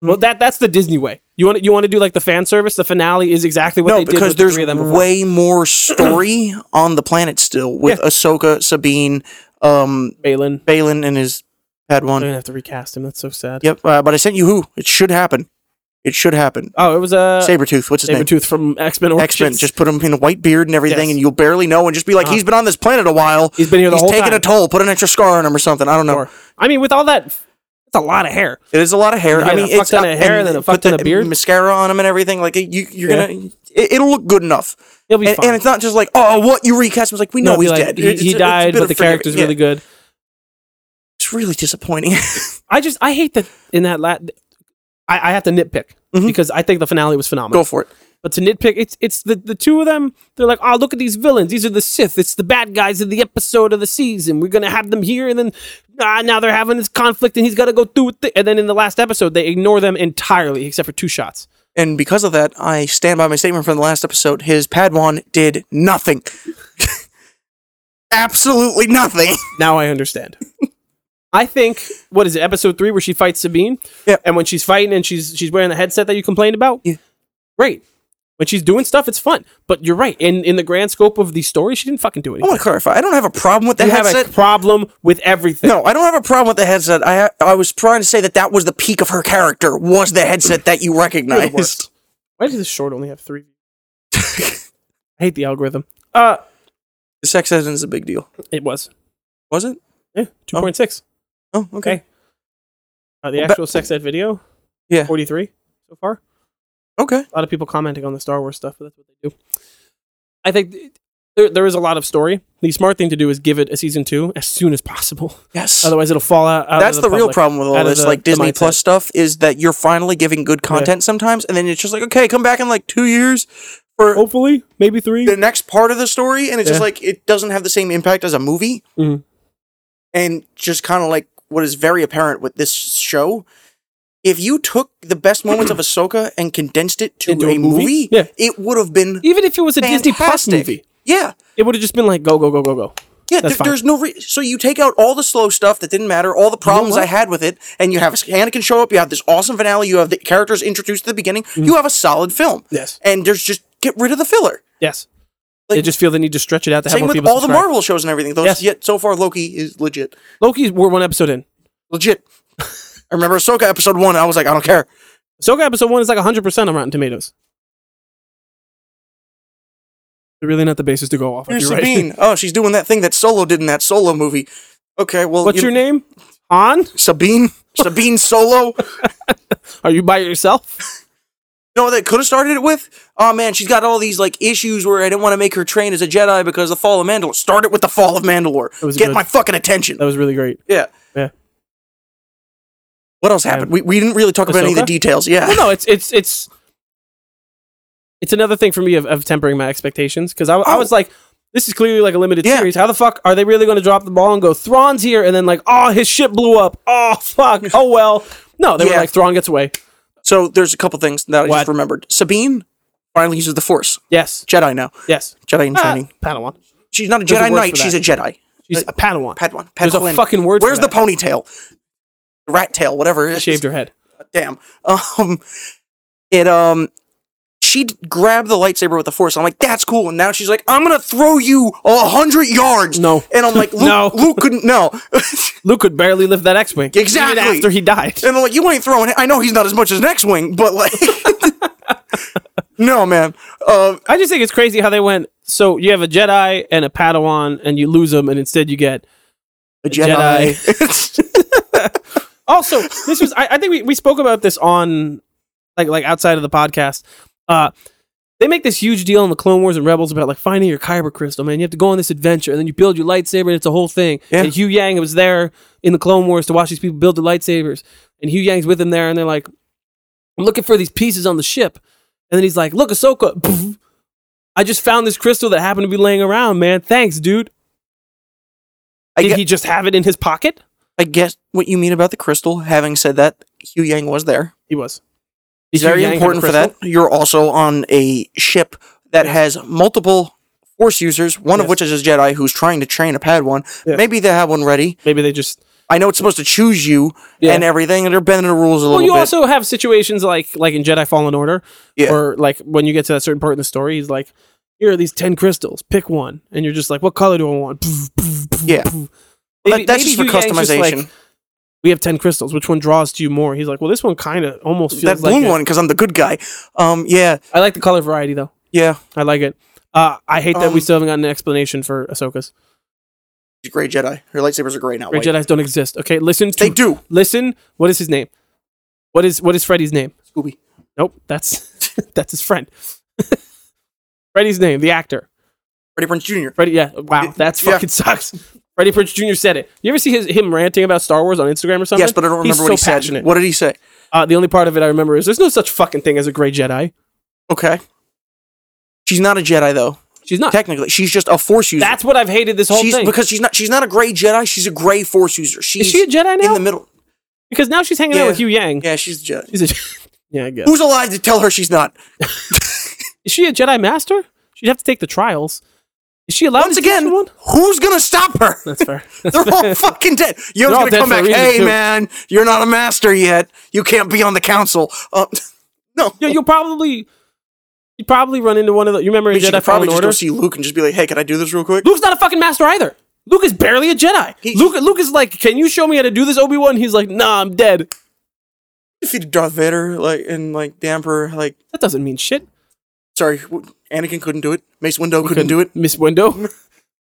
Hmm.
Well, that that's the Disney way. You want you want to do like the fan service. The finale is exactly what
no,
they did
because
with the
there's
three of them before.
way more story on the planet still with Ahsoka, Sabine, um,
Balin.
Balin, and his
I'm
Padawan.
gonna have to recast him. That's so sad.
Yep, uh, but I sent you who. It should happen. It should happen.
Oh, it was uh,
Sabretooth, what's his name?
Sabretooth from X Men.
X Men. Just put him in a white beard and everything,
Yes.
and you'll barely know, and just be like,
Uh-huh.
he's been on this planet a while.
He's been here the
He's
whole
taking
time.
a toll. Put an extra scar on him or something. I don't know.
Or- I mean, with all that, it's a lot of hair.
It is a lot of hair.
Yeah,
I mean,
the fuck
it's
ton of hair, then the fuck
put
ton
the
of beard.
mascara on him and everything. Like you, you're
Yeah.
gonna, it, it'll look good enough.
He'll be
And,
fine.
and it's not just like, oh, what you recast him. It's like we know
They'll be
he's
like,
dead.
He,
It's-
he
it's a
died,
bit
but
of
the
forgiving.
character's
Yeah.
really good.
It's really disappointing.
I just I hate that in that lat. I, I have to nitpick
Mhm.
because I think the finale was phenomenal.
Go for it.
But to nitpick, it's it's the, the two of them. They're like, oh, look at these villains. These are the Sith. It's the bad guys of the episode of the season. We're gonna have them here, and then ah, now they're having this conflict, and he's got to go through with it. And then in the last episode, they ignore them entirely, except for two shots.
And because of that, I stand by my statement from the last episode. His Padawan did nothing. Absolutely nothing.
Now I understand. I think what is it, episode three, where she fights Sabine?
Yeah.
And when she's fighting and she's she's wearing the headset that you complained about.
Yeah.
Great. When she's doing stuff, it's fun. But you're right. In in the grand scope of the story, she didn't fucking do
I
anything.
want to clarify. I don't have a problem with Oh the
you
headset.
have a problem with everything.
No, I don't have a problem with the headset. I ha- I was trying to say that that was the peak of her character was the headset that you
You're the
recognized.
worst. Why does this short only have three? I hate the algorithm. Uh
The sex headset is a big deal.
it was.
Was it?
Yeah, two point six.
Oh, okay.
Okay. Uh, the
Well,
actual sex ed video.
Yeah.
Forty three so far.
Okay.
a lot of people commenting on the Star Wars stuff, but that's what they do. I think th- there, there is a lot of story. The smart thing to do is give it a season two as soon as possible.
Yes.
Otherwise, it'll fall out. out of
That's the, real
public.
problem with all
out of
this,
the-
like
the
Disney
mindset.
Plus stuff, is that you're finally giving good content sometimes, and then it's just like, okay, come back in like two years for
Hopefully, maybe three.
the next part of the story, and it's just
Oh, Yeah.
like it doesn't have the same impact as a movie,
Mhm.
and just kind of like what is very apparent with this show. If you took the best moments of Ahsoka and condensed it to
Into
a,
a movie?
movie,
Yeah.
it would have been
Even if it was a Disney Plus
fantastic.
movie,
yeah,
it would have just been like go go go go go.
yeah.
That's
there-
fine.
there's no re- so you take out all the slow stuff that didn't matter, all the problems I
what?
had with it, and you have Anakin
Mm-hmm.
show up. You have this awesome finale. You have the characters introduced at the beginning. You have a solid film.
Yes.
and there's just get rid of the filler.
Yes. they
Like-
just feel the need to stretch it out to have
Same
more
with
people
all the
subscribe.
Marvel shows and everything. Those,
Yes.
Yet so far, Loki is legit.
Loki's we're one episode in.
Legit. I remember Ahsoka episode one. I was like, I don't care.
Soka episode one is like 100% on Rotten Tomatoes. They're really not the basis to go off. of,
Here's
you're right.
Sabine. Oh, she's doing that thing that Solo did in that Solo movie. Okay, well,
What's
you-
your name? Han?
Sabine? Sabine Solo?
Are you by yourself?
No, that could have started it with. Oh man, she's got all these like issues where I didn't want to make her train as a Jedi because the fall of Mandalore. Start it with the fall of Mandalore.
was
Get
good.
my fucking attention.
That was really great.
Yeah.
Yeah.
What else happened? We, we didn't really talk about any of the
Ahsoka?
details. Yeah.
Well, no, it's it's it's it's another thing for me of, of tempering my expectations because I, I was like, this is clearly like a limited
Oh. Yeah.
series. How the fuck are they really going to drop the ball and go Thrawn's here and then like, oh, his ship blew up. Oh fuck. Oh well. No, they were
Yeah.
like Thrawn gets away.
So there's a couple things that I
What?
just remembered. Sabine finally uses the Force.
Yes.
Jedi now.
Yes.
Jedi in
Ah,
training.
Padawan.
She's not a
There's a
Jedi
word
Knight.
for
She's a
that.
Jedi.
She's a Padawan.
Padawan.
There's a
Padawan.
fucking word for
Where's
that.
the ponytail? Rat tail. Whatever. it is.
Shaved her head.
damn. Um, it um, she d- grabbed the lightsaber with the force. I'm like, that's cool. And now she's like, I'm gonna throw you a hundred yards.
No.
And I'm like, Luke,
No.
Luke couldn't. No.
Luke could barely lift that X-wing. even
Exactly.
after he died.
and I'm like, you ain't throwing. it. I know he's not as much as an X-wing, but like, no, man. Um,
I just think it's crazy how they went. So you have a Jedi and a Padawan, and you lose them, and instead you get
a
Jedi.
Jedi.
Also, this was I, I think we, we spoke about this on like like outside of the podcast. Uh they make this huge deal in the Clone Wars and Rebels about like finding your kyber crystal, man. You have to go on this adventure and then you build your lightsaber and it's a whole thing.
Yeah.
And Hugh Yang was there in the Clone Wars to watch these people build their lightsabers. And Hugh Yang's with him there and they're like, I'm looking for these pieces on the ship. And then he's like, Look, Ahsoka, pff, I just found this crystal that happened to be laying around, man. Thanks, dude.
I
Did
get-
he just have it in his pocket?
I guess what you mean about the crystal. Having said that, Hugh Yang was there.
He was.
It's
Did Hugh
very
Yang have a
important for
crystal?
that. You're also on a ship that has multiple force users, one
Yes.
of which is a Jedi who's trying to train a Padawan.
Yeah.
Maybe they have one ready.
Maybe they just
I know it's supposed to choose you
Yeah.
and everything, and they're bending the rules a
Well,
little
you
bit.
also have situations like like in Jedi Fallen Order,
Yeah.
or like when you get to that certain part in the story, he's like, "Here are these ten crystals, pick one," and you're just like, "What color do I want?"
yeah, But
Maybe-
that's
maybe
just for
Hugh Yang's just like,
customization.
we have ten crystals. Which one draws to you more? He's like, "Well, this one kind of almost feels
that
like
blue
it."
one, because I'm the good guy. Um, yeah,
I like the color variety though.
yeah,
I like it. Uh, I hate that we
Um,
still haven't gotten an explanation for Ahsoka's.
she's a gray Jedi. Her lightsabers are gray now.
Great
white.
Jedi's don't exist. Okay, listen to
They do.
listen. What is his name? What is what is Freddy's name?
Scooby.
Nope, that's that's his friend. Freddy's name, the actor.
Freddie Prince Jr.
Freddie, yeah, wow, that's
Yeah.
fucking sucks. Freddie Prinze Jr. said it. You ever see his, him ranting about Star Wars on Instagram or something?
Yes, but I don't remember
He's
what
so
he said.
passionate.
What did he say?
Uh, the only part of it I remember is there's no such fucking thing as a gray Jedi.
Okay. She's not a Jedi though.
She's not.
Technically, she's just a Force user.
That's what I've hated this whole
she's
thing.
because she's not she's not a gray Jedi. She's a gray Force user. She's
is she a Jedi
in
now?
the middle.
because now she's hanging out
Yeah.
with Hugh Yang.
Yeah, she's a Jedi.
She's a yeah, I guess.
Who's alive to tell her she's not?
Is she a Jedi Master? She'd have to take the trials. Is she allowed
Once
to teach
again,
One?
who's gonna stop her?
That's fair.
They're all fucking dead. Young's
all
gonna
dead
come
for a
back.
reason,
Hey,
too."
man, you're not a master yet. You can't be on the council. Uh, no,
yeah, you'll probably you probably run into one of the. You remember in
she
Jedi
could probably
Fallen
just
Order?
go see Luke and just be like, "Hey, can I do this real quick?"
Luke's not a fucking master either. Luke is barely a Jedi.
He-
Luke, Luke is like, can you show me how to do this, Obi Wan? He's like, nah, I'm dead.
Defeated Darth Vader, like and like the Emperor. Like,
That doesn't mean shit.
sorry, w- Anakin couldn't do it. Mace Windu couldn't do it.
Miss Window.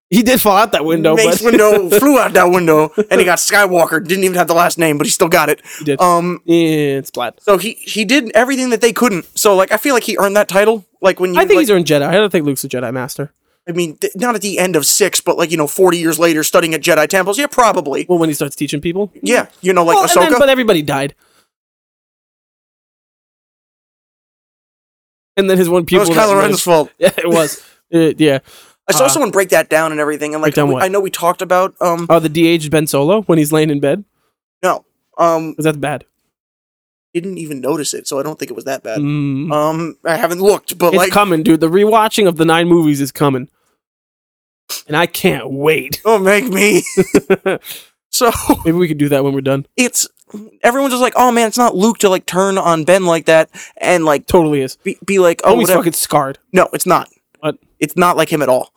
he did fall out that window,
Mace
but
Windu flew out that window, and he got Skywalker. Didn't even have the last name, but he still got it.
He did.
Um,
yeah, it's flat.
So he he did everything that they couldn't. So like I feel like he earned that title. Like when you
I think
like,
he's earned Jedi. I don't think Luke's a Jedi Master.
I mean th- not at the end of 6 but like you know 40 years later studying at Jedi temples. Yeah, probably.
Well, when he starts teaching people,
yeah, you know like
well, and
Ahsoka.
then, but everybody died. And then his one
it
pupil.
was
that
Kylo
really-
Ren's fault.
Yeah, it was. Uh, yeah.
I saw
Uh,
someone break that down and everything and
Break
like
down
we-
what?
I know we talked about um
Oh, the de-aged Ben Solo when he's laying in bed.
no. Um
'Cause that's bad.
didn't even notice it, so I don't think it was that bad.
Mm.
Um I haven't looked, but
It's
like
coming, dude. The rewatching of the nine movies is coming. And I can't wait.
don't make me. so
Maybe we could do that when we're done.
it's everyone's just like, oh man, it's not Luke to like turn on Ben like that and like
Totally is.
be, be like, oh,
Homie's
whatever.
fucking scarred.
No, it's not.
What?
It's not like him at all.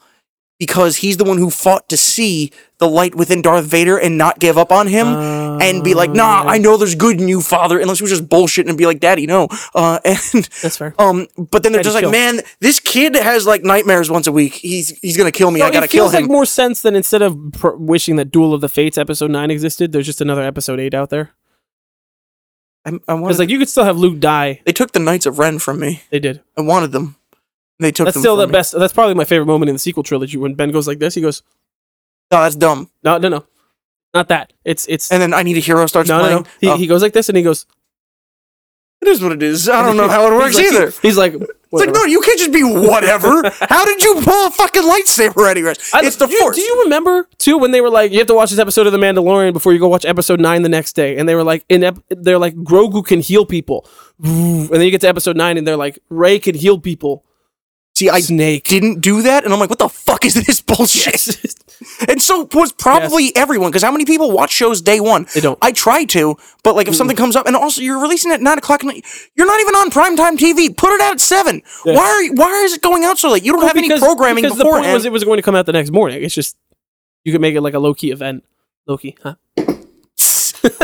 Because he's the one who fought to see the light within Darth Vader and not give up on him
Uh,
and be
Oh,
like, nah, I know there's good in you, father, unless he was just bullshitting and be like, daddy, no. Uh, and
That's fair.
um, but then they're
Daddy,
just like,
chill.
man, this kid has like nightmares once a week. He's he's gonna kill me. I gotta
it feels
kill him.
like more sense than instead of pr- wishing that Duel of the Fates episode nine existed. There's just another episode eight out there.
I, I wanted,
Because like you could still have Luke die.
they took the Knights of Ren from me.
They did.
I wanted them. They took
That's
them
still
from
the
me.
best. That's probably my favorite moment in the sequel trilogy when Ben goes like this. He goes,
No, that's dumb.
no, no, no, not that. It's it's
And then I Need a Hero starts
no, no,
playing.
no. He,
Oh,
he goes like this and he goes.
it is what it is. I don't know how it
He's
works
like-
either.
He's like,
It's like, no, you can't just be whatever. How did you pull a fucking lightsaber out of your ass?
I-
It's the
do you-
force.
Do you remember too when they were like, you have to watch this episode of The Mandalorian before you go watch episode nine the next day, and they were like, in ep- they're like, Grogu can heal people, and then you get to episode nine and they're like, Ray can heal people.
See, I
Snake.
didn't do that, and I'm like, what the fuck is this bullshit? And so was probably everyone, because how many people watch shows day one?
They don't.
I try to, but like if something comes up, and also you're releasing at nine o'clock, and you're not even on primetime TV. Put it out at seven. Why are you, why is it going out so late? You don't have any programming
because the point
beforehand.
was it was going to come out the next morning. It's just you could make it like a low key event. Low key, huh?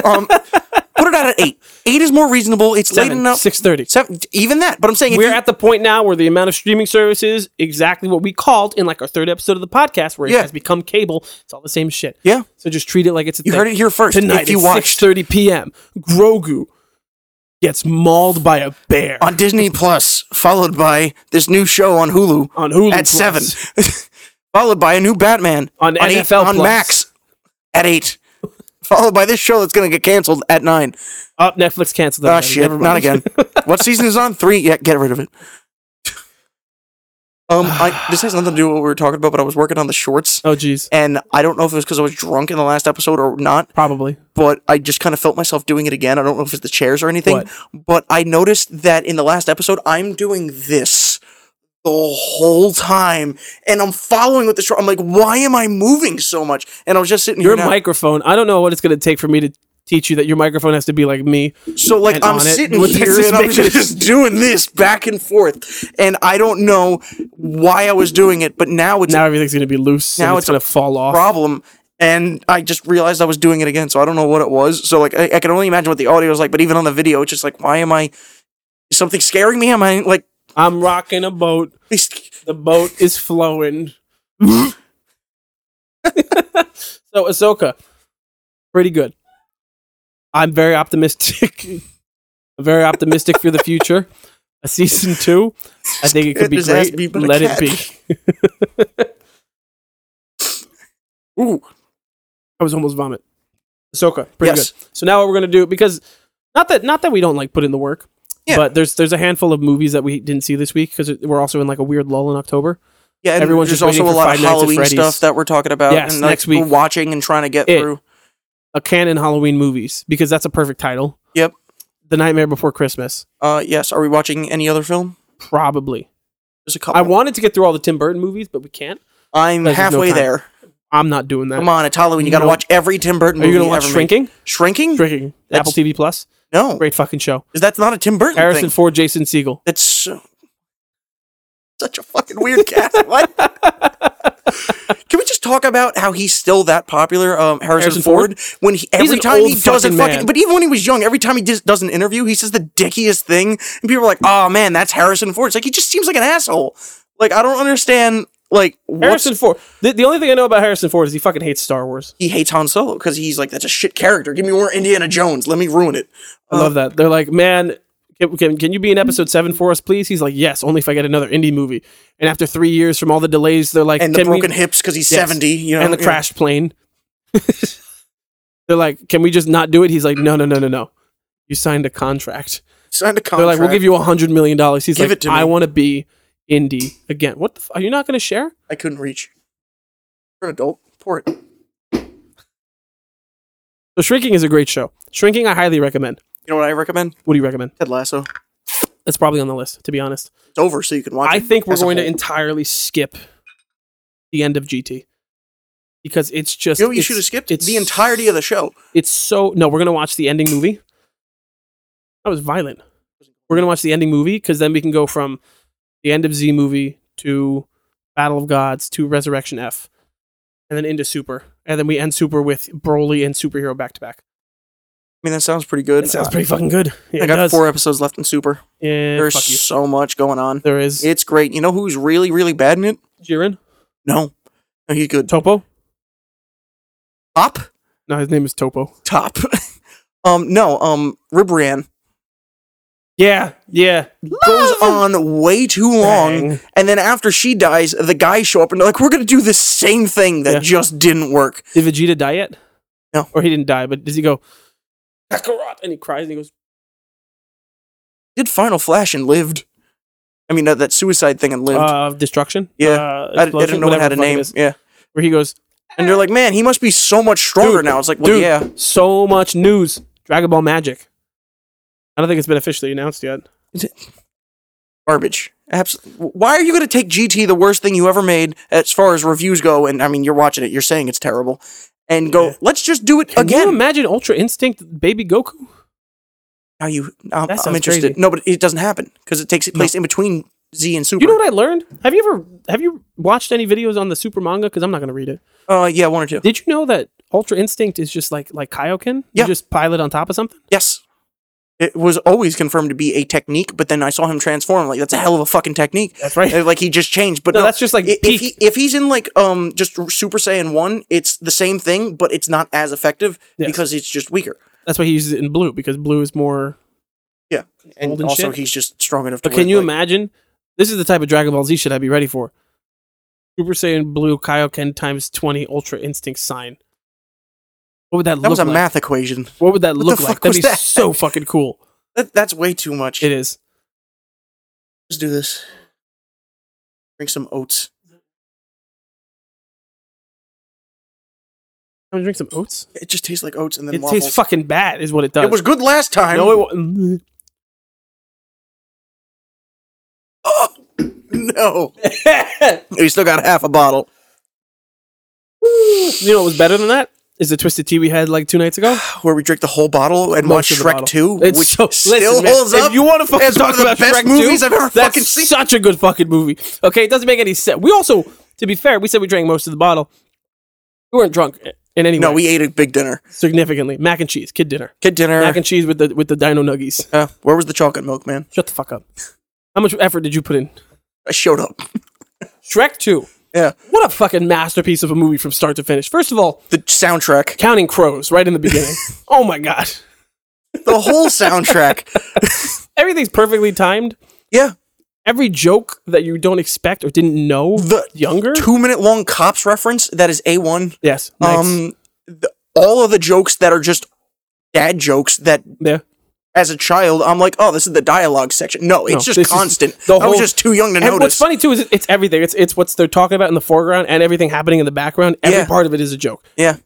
um, put it out at eight. Eight is more reasonable. It's late enough.
Six thirty.
Seven, even that. But I'm saying if
We're
you-
at the point now where the amount of streaming services, exactly what we called in like our third episode of the podcast, where it
Yeah.
has become cable. It's all the same shit.
yeah.
So just treat it like it's a
You
thing.
heard it here first.
tonight
if you
at
watched
6:30 p.m. Grogu gets mauled by a bear
on Disney Plus, followed by this new show on Hulu
on Hulu
at
Plus.
seven, followed by a new Batman
On
eight-
NFL
on
Plus.
Max at eight, followed by this show that's going to get canceled at nine.
Up, Oh, Netflix canceled that.
Ah,
already.
shit,
Never
not
mind.
again. what season is on? Three? Yeah, get rid of it. Um, I, this has nothing to do with what we were talking about, but I was working on the shorts,
oh, jeez.
and I don't know if it was because I was drunk in the last episode or not,
Probably.
but I just kind of felt myself doing it again. I don't know if it's the chairs or anything,
What?
but I noticed that in the last episode, I'm doing this the whole time, and I'm following with the short. I'm like, why am I moving so much? And I was just sitting
Your
here. now-
microphone. I don't know what it's going to take for me to teach you that your microphone has to be like me.
so like
and
I'm
on it
sitting
with
here
this
and I'm
making-
just doing this back and forth, and I don't know why I was doing it, but now it's
Now everything's going to be loose.
Now
Now
it's
it's, going to fall off.
problem. And I just realized I was doing it again, so I don't know what it was. So like I, I can only imagine what the audio is like, but even on the video, it's just like, why am I? Is something scaring me? Am I like?
I'm rocking a boat. The boat is flowing. so Ahsoka, pretty good. I'm very optimistic. I'm very optimistic for the future. A season two, I think it could be
His ass
great.
beat by the
Let it
cat.
be. I
Ooh,
was almost vomit. Ahsoka, pretty
yes.
good. So now what we're gonna do because not that not that we don't like put in the work,
Yeah.
but there's there's a handful of movies that we didn't see this week because we're also in like a weird lull in October.
Yeah, and
Everyone's
there's
just
also
waiting
a
for
lot
Five
of
Nights at
Halloween
Freddy's.
stuff that we're talking about.
Yes,
and like,
next week.
We're watching and trying to get
It.
through.
A canon Halloween movies because that's a perfect title.
Yep.
The Nightmare Before Christmas.
Uh, yes. Are we watching any other film?
Probably.
There's a
I
couple.
wanted to get through all the Tim Burton movies, but we can't.
I'm
There's no
halfway
time.
there.
I'm not doing that.
Come on, it's Halloween. You got to
No.
watch every Tim Burton
Are you
movie.
going to watch
ever made.
Shrinking?
Shrinking?
Shrinking.
That's-
Apple TV Plus.
No,
Great fucking show.
'cause that's not a Tim Burton
Harrison
thing.
Ford, Jason Segel.
That's so, such a fucking weird cast. What? Can we just talk about how he's still that popular, um, Harrison,
Harrison
Ford? When he, every
an
time
old
he does a
fucking
fucking,
man.
but even when he was young, every time he dis- does an interview, he says the dickiest thing, and people are like, "Oh man, that's Harrison Ford." It's like he just seems like an asshole. Like I don't understand. Like what's
Harrison Ford. The, the only thing I know about Harrison Ford is he fucking hates Star Wars.
he hates Han Solo because he's like that's a shit character. Give me more Indiana Jones. Let me ruin it.
I love that. They're like, man, can, can, can you be in episode seven for us, please? He's like, yes, only if I get another indie movie. And after three years from all the delays, they're like,
And the
can we-
broken hips because he's
Yes.
seventy. You know,
and the
yeah.
crashed plane. They're like, can we just not do it? He's like, no, no, no, no, no. You signed a contract.
Signed a contract.
They're like, we'll give you a hundred million dollars. He's
Give
like,
it to me.
I want to be indie again. What the? F- are you not going to share?
I couldn't reach. You're an adult. Pour it.
So Shrinking is a great show. Shrinking, I highly recommend.
You know what I recommend?
What do you recommend?
Ted Lasso.
That's probably on the list, to be honest.
It's over, so you can watch.
I
it
think we're
as a
going to
whole.
entirely skip the end of GT. because it's just
You know what you
it's-
should have skipped?
it's-
the entirety of the show.
It's so no. We're gonna watch the ending movie. That was violent. We're gonna watch the ending movie because then we can go from the end of Z movie to Battle of Gods to Resurrection F, and then into Super, and then we end Super with Broly and superhero back to back.
I mean, that sounds pretty good. Uh,
That sounds pretty fucking good. Yeah,
I
it
got
does.
four episodes left in Super.
Yeah,
There's
fuck you.
so much going on.
There is
It's great. You know who's really, really bad in it?
Jiren
No. No, he's good.
Topo.
Top?
No, his name is Topo.
Top. um, no, um, Ribrian
Yeah, yeah.
goes on way too long.
Bang.
And then after she dies, the guys show up and they're like, we're going to do the same thing that
Yeah.
just didn't work.
Did Vegeta die yet?
No.
Or he didn't die, but does he go Kakarot? And he cries and he goes,
Did Final Flash and lived. I mean, that, that suicide thing and lived.
uh, destruction.
Yeah.
uh,
I, I didn't know it
whatever
had a
the fuck
name.
is.
Yeah.
Where he goes,
And they're like, man, he must be so much stronger
Dude,
now. It's like, well,
dude.
yeah.
so much news, Dragon Ball Magic. I don't think it's been officially announced yet.
Garbage. Absolutely. Why are you going to take GT, the worst thing you ever made as far as reviews go? And I mean, you're watching it, you're saying it's terrible, and go,
Yeah.
let's just do it
Can you
again.
imagine Ultra Instinct Baby Goku?
Now you, I'm,
That
I'm
sounds
interested.
crazy.
No, but it doesn't happen because it takes place in between Z and Super.
You know what I learned? Have you ever have you watched any videos on the Super manga? Because I'm not going to read it.
uh, yeah, one or two.
Did you know that Ultra Instinct is just like like Kaioken?
Yeah.
You just pile it on top of something.
Yes. It was always confirmed to be a technique, but then I saw him transform. Like that's a hell of a fucking technique.
That's right.
And, Like he just changed, but
No,
Uh, no,
that's just, like,
i- if
peak.
he, if he's in like um just Super Saiyan one, it's the same thing, but it's not as effective
Yes.
because it's just weaker.
That's why he uses it in blue because blue is more.
Yeah, and
Old and
also
shit.
he's just strong enough. to
But can
win,
you
like-
imagine? This is the type of Dragon Ball Z shit I'd be ready for. Super Saiyan Blue Kaioken times twenty Ultra Instinct sign. What would that,
That
look
was a
like?
math equation.
What would that
What the
look
fuck
like? That'd
was
be
that?
so fucking cool.
That, that's way too much.
It is.
Let's do this. Drink some oats.
I'm gonna drink some oats.
It just tastes like oats and then
It
waffles.
tastes fucking bad, is what it does.
it was good last time.
no, it wa-
Oh, no. You still got half a bottle.
you know, it was better than that. Is the twisted tea we had like two nights ago?
Where we drink the whole bottle and
Most
watch
of the
Shrek
bottle.
2,
It's
which
so,
still
listen, man,
holds up.
If you want to fucking
as one
talk
of the
about
best
Shrek
movies
2,
I've ever
that's
fucking seen.
such a good fucking movie. Okay, it doesn't make any sense. We also, to be fair, we said we drank most of the bottle. We weren't drunk in any
No,
way.
we ate a big dinner.
significantly mac and cheese, kid dinner,
Kid dinner.
mac and cheese with the with the Dino Nuggies.
Uh, where was the chocolate milk, man?
Shut the fuck up. How much effort did you put in?
I showed up.
Shrek Two.
Yeah.
What a fucking masterpiece of a movie from start to finish. First of all,
The soundtrack.
Counting Crows right in the beginning. oh my god.
The whole soundtrack.
Everything's perfectly timed.
Yeah.
Every joke that you don't expect or didn't know
The
younger.
two minute long cops reference that is A1.
yes. Nice.
Um, th- all of the jokes that are just dad jokes that
yeah.
as a child, I'm like, oh, this is the dialogue section. No, it's
No,
just
this is
constant.
the
I was
whole-
just too young to
And what's
notice.
funny too is it- it's everything. It's it's what they're talking about in the foreground and everything happening in the background. Every
Yeah.
part of it is a joke.
Yeah.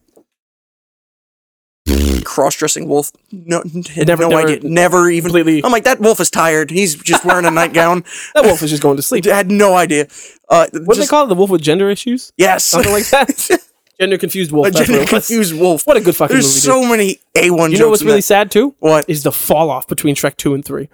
Cross dressing wolf. No, had
Never-
no
never-
idea. Never even.
completely-
I'm like, that wolf is tired. He's just wearing a nightgown.
That wolf is just going to sleep.
I had no idea. Uh,
What do they
just-
call it? The wolf with gender issues?
Yes.
Something like that. gender confused wolf.
a
that's what
gender
it was.
confused wolf.
What a good fucking
There's
movie.
so many A1
dude. You
jokes.
know what's
in
really
that.
sad too?
What?
is the fall off between Shrek 2 and 3.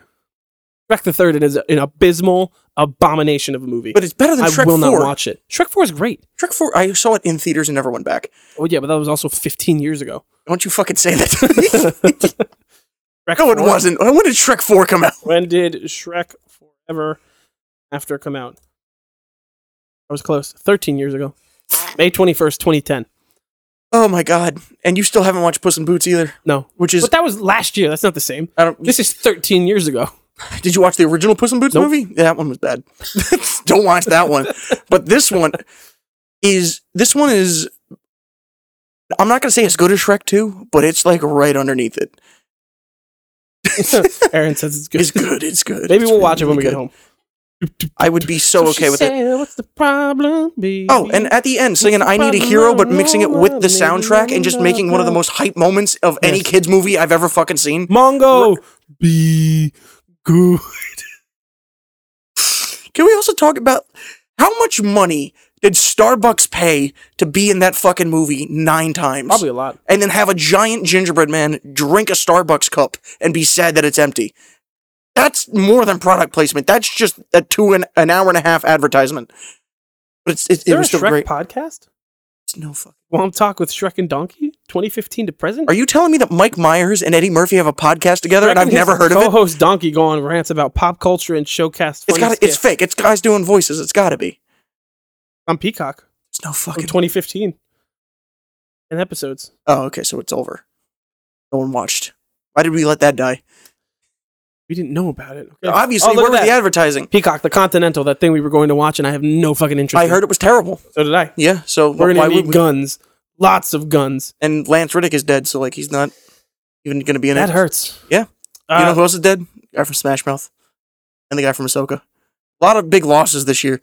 Shrek the 3rd is an abysmal abomination of a movie.
But it's better than
I
Shrek
will
4.
not watch it. Shrek 4 is great.
Shrek 4, I saw it in theaters and never went back.
Oh, yeah, but that was also 15 years ago.
Don't you fucking say that to me.
Shrek
no, it
4?
wasn't. When did Shrek 4 come out?
When did Shrek Forever After come out? I was close. 13 years ago. May 21st, 2010.
Oh my god. And you still haven't watched Puss in Boots either,
No.
which is
But that was last year. That's not the same.
I don't
This is 13 years ago.
Did you watch the original Puss in Boots
Nope.
movie? Yeah, that one was bad. Don't watch that one. But this one is this one is I'm not gonna say it's good as Shrek 2, but it's like right underneath it.
Aaron says it's good.
It's good, it's good.
Maybe
It's
we'll watch it
really
when we get
good.
home.
I would be so, okay with it.
What's the problem? Baby?
Oh, and at the end, singing I Need a Hero, but mixing it with the soundtrack and just making one of the most hype moments of any
Yes.
kids movie I've ever fucking seen.
Mongo, be good.
Can we also talk about how much money did Starbucks pay to be in that fucking movie nine times?
Probably a lot.
And then have a giant gingerbread man drink a Starbucks cup and be sad that it's empty. That's more than product placement. That's just a two and an hour and a half advertisement. But it's it,
Is
it
there
was
a
still
Shrek
great.
podcast?
It's no fuck.
Womp Talk with Shrek and Donkey, 2015 to present.
Are you telling me that Mike Myers and Eddie Murphy have a podcast together and I've never heard of it?
Co-host Donkey go on rants about pop culture and showcast.
It's got it's fake. It's guys doing voices. It's got to be.
on Peacock
It's no
from
fucking.
2015. And episodes.
Oh, okay. So it's over. No one watched. Why did we let that die?
We didn't know about it. Okay.
Obviously,
Oh, look
where
at
was the
that.
advertising?
Peacock, the Continental, that thing we were going to watch, and I have no fucking interest.
I
in.
heard it was terrible.
So did I.
Yeah. So
We're
why
gonna need
would we?
guns, lots of guns.
And Lance Riddick is dead, so like he's not even gonna be in
That
it.
hurts.
Yeah.
Uh,
You know who else is dead? The guy from Smash Mouth, and the guy from Ahsoka. A lot of big losses this year.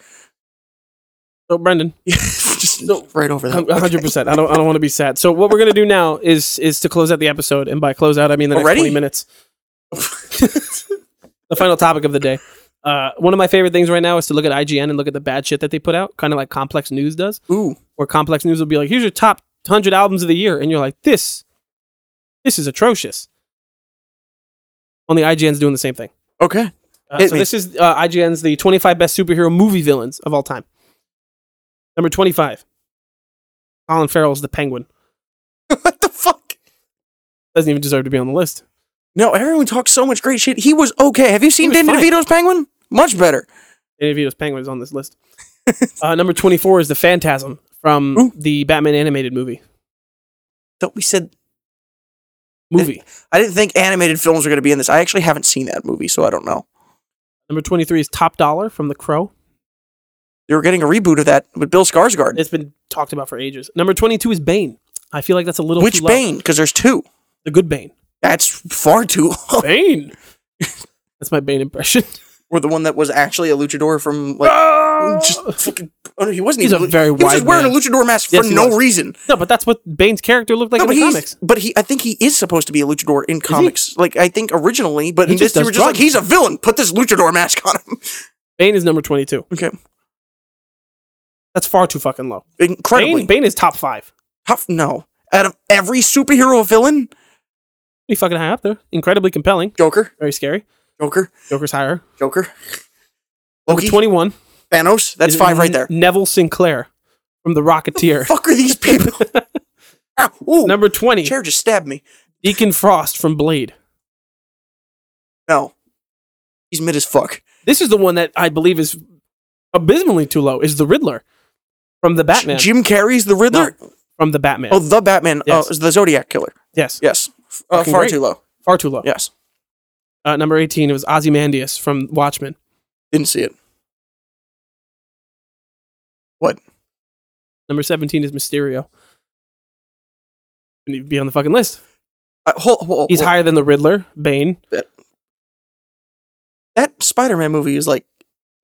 so Brendan,
Just
No.
right over that.
A hundred percent. I don't. I don't want to be sad. So what we're gonna do now is is to close out the episode, and by close out I mean the next
Already?
twenty minutes. the final topic of the day. Uh, one of my favorite things right now is to look at IGN and look at the bad shit that they put out, kind of like Complex News does,
Ooh,
where Complex News will be like, "Here's your top hundred albums of the year," and you're like, "This, this is atrocious." Only IGN's doing the same thing.
okay.
Uh,
Hit
so
me.
this is uh, IGN's the 25 best superhero movie villains of all time. Number 25, Colin Farrell's the Penguin.
what the fuck?
Doesn't even deserve to be on the list.
No, everyone talks so much great shit. He was okay. Have you seen
was
Danny
fine.
DeVito's Penguin? Much better.
Any of you as Penguin is on this list. uh, number 24 is the Phantasm from
Ooh.
the Batman animated movie.
Thought we said
Movie.
I didn't think animated films were going to be in this. I actually haven't seen that movie, so I don't know.
number 23 is Top Dollar from The Crow.
They were getting a reboot of that with Bill Skarsgård.
It's been talked about for ages. Number 22 is Bane. I feel like that's a little
Which
too low.
Bane? Because there's two.
The good Bane.
That's far too low.
Bane. that's my Bane impression.
Or the one that was actually a luchador from like just fucking. Oh, no, he wasn't.
Ah! He's
even
a very
He was just
wide
wearing a
man.
luchador mask
Yes,
for
he
no
was.
reason.
No, but that's what Bane's character looked like
No,
in
but
the
he's.
comics.
But he. I think he is supposed to be a luchador in comics. Like I think originally, but
He
in this
just
they
does
were just like
drugs.
he's a villain. Put this luchador mask on him.
Bane is number 22.
Okay,
That's far too fucking low.
incredibly
Bane, Bane is top five.
tough. No, out of every superhero villain,
Pretty fucking high up there. Incredibly compelling.
Joker,
Very scary.
Joker,
Joker's higher.
Joker,
Number
Loki,
21.
Thanos. Oh, That's
is
five right there.
Neville Sinclair from The Rocketeer.
fuck are these people? Ow, ooh,
Number 20,
chair just stabbed me.
Deacon Frost from Blade.
No, he's mid as fuck.
This is the one that I believe is abysmally too low, is the Riddler from The Batman.
Jim Carrey's the Riddler.
from The Batman.
Oh, the Batman.
Yes.
Oh, it's the Zodiac killer.
yes.
Yes, F- uh,
Fucking
far
great.
too low.
Far too low.
Yes,
Uh, number 18, it was Ozymandias from Watchmen.
didn't see it. What?
Number 17 is Mysterio. Couldn't even be on the fucking list.
Uh, hold, hold-
He's
hold-
higher than the Riddler, Bane,
That Spider-Man movie is like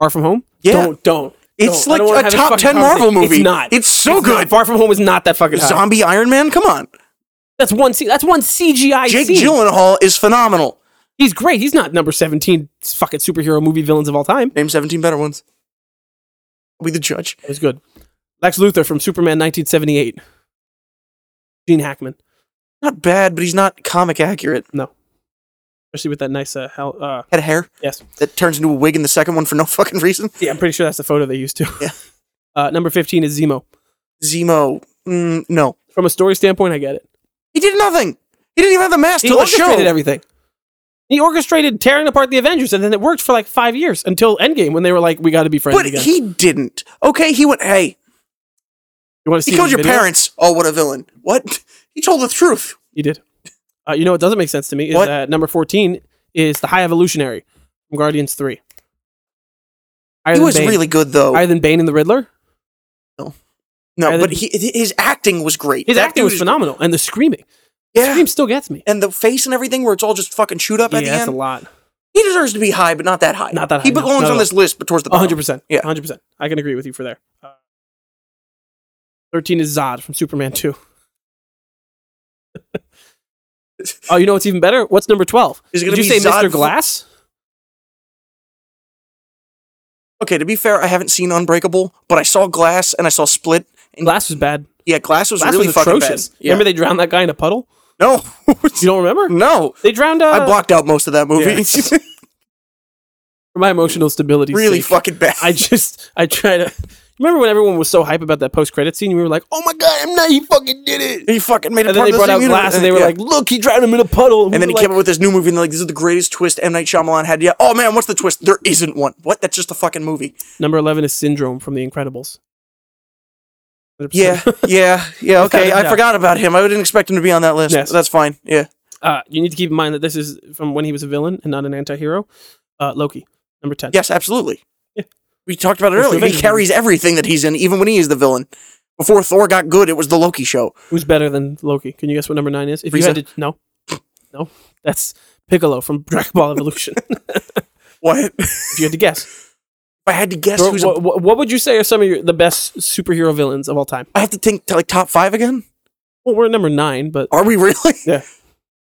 Far From Home.
Yeah.
Don't don't.
it's
don't. I don't wanna
like a
have this
top
fucking
ten Marvel
conversation.
movie.
It's not.
It's so
It's not.
good.
Far From Home is not that fucking high.
Zombie Iron Man. Come on,
That's one. C- that's one CGI.
Jake
scene.
Gyllenhaal is phenomenal.
He's great. He's not number seventeen. Fucking superhero movie villains of all time.
Name seventeen better ones. I'll be the judge.
It was good. Lex Luthor from Superman 1978. Gene Hackman,
Not bad, but he's not comic accurate.
especially with that nice uh, hell. Uh,
Had hair
yes.
that turns into a wig in the second one for no fucking reason.
Yeah, I'm pretty sure that's the photo they used to.
Yeah.
Uh, number fifteen is Zemo.
Zemo. Mm, no,
From a story standpoint, I get it.
he did nothing. He didn't even have the mask
He
till the show.
orchestrated everything. He orchestrated tearing apart the Avengers, and then it worked for like five years until Endgame, when they were like, "We got to be friends
But
again."
he didn't. Okay, he went. Hey,
you want to see
he killed
these
your
videos?
parents. Oh, what a villain! What? He told the truth.
You did. Uh, you know what doesn't make sense to me is
What?
that number 14 is the High Evolutionary from Guardians 3. Higher
he
than
was
Bane.
really good though.
higher than Bane and the Riddler.
no,
higher
but
than-
he, his acting was great.
His
That
acting was
dude is-
phenomenal, and the screaming.
Yeah,
Scream still gets me.
and the face and everything, where it's all just fucking shoot up
Yeah,
at the
that's a
end.
lot.
He deserves to be high, but not that high.
Not that
He
high, no,
belongs
not at
on this list, but towards the bottom.
100%.
Yeah.
100%. I can agree with you for there. Uh, 13 is Zod from Superman 2. oh, you know what's even better? What's number 12?
Is it
Did
gonna
you
be
say
Zod
Mr.
from-
Glass?
Okay, to be fair, I haven't seen Unbreakable, but I saw Glass and I saw Split. And
Glass was bad.
yeah, Glass was
Glass
really
was
fucking
atrocious.
bad. Yeah.
Remember they drowned that guy in a puddle?
no,
You don't remember?
no,
They drowned. Uh,
I blocked out most of that movie.
Yeah. for my emotional stability.
really
sake.
fucking bad.
I just I try to remember when everyone was so hype about that post credit scene. We were like, oh my god, M Night, he fucking did it.
he fucking made it.
And then they brought out glass, and they were like, look, he drowned him in a puddle.
And then
we
he
were
came
like,
up with this new movie, and they're like, this is the greatest twist M. Night Shyamalan had yet. Oh man, what's the twist? There isn't one. What? That's just a fucking movie.
number eleven is Syndrome from The Incredibles. 100%.
Yeah, yeah, yeah. Okay,
Without a
I
doubt.
forgot about him. I didn't expect him to be on that list.
Yes.
That's fine. Yeah.
Uh, you need to keep in mind that this is from when he was a villain and not an anti-hero. Uh, Loki, number ten.
Yes, absolutely.
Yeah.
We talked about it
He's the
earlier. He
villain.
carries everything that he's in, even when he is the villain. Before Thor got good, it was the Loki show.
Who's better than Loki? Can you guess what number nine is? If you
Frieza.
had to, no, no, that's Piccolo from Dragon Ball Evolution.
What? if
if you had to guess,
I had to guess
Or
who's a,
what, what- what would you say are some of your, the best superhero villains of all time?
I have to think to like top five again?
Well, we're at number nine, but
Are we really?
Yeah.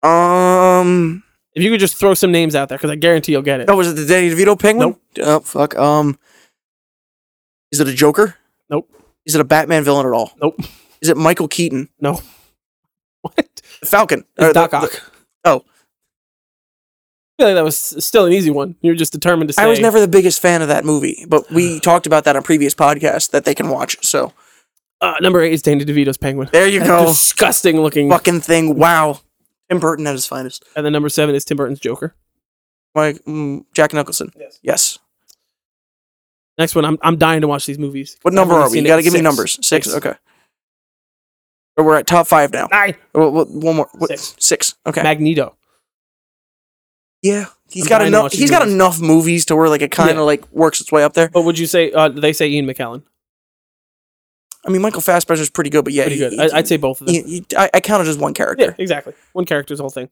Um
if you could just throw some names out there, because I guarantee you'll get it.
Oh, was it the Danny DeVito penguin? Oh fuck. Um Is it a Joker?
Nope.
Is it a Batman villain at all?
Nope.
Is it Michael Keaton?
No. What?
The Falcon. Uh, Or
It's
the-
Doc
the-
Ock.
oh.
I feel like that was still an easy one. You were just determined to say.
I was never the biggest fan of that movie, but we talked about that on previous podcasts that they can watch. So
Uh, number eight is Danny DeVito's Penguin.
there you
That
go.
Disgusting looking.
Fucking thing. Wow. Tim Burton at his finest.
And then number seven is Tim Burton's Joker.
Like mm, Jack Nicholson.
Yes.
Yes.
Next one, I'm, I'm dying to watch these movies.
What
I've
number
only
are we?
seen
You
it
got to give me
six.
numbers. Six.
Six.
Okay. Or We're at top five now.
Nine.
Well, well, One more. What-
Six.
Six. Okay.
Magneto.
yeah. He's
I'm
got
dying to
enough.
watch these
He's got
movies.
enough movies to where like it kind of
Yeah.
like works its way up there.
But would you say uh, they say Ian McKellen?
I mean, Michael Fassbender's pretty good, but yeah,
Pretty
he-
good.
he-
I, I'd say both of them.
he- he- I, I count it as one
Yeah,
character.
exactly. One character's whole thing.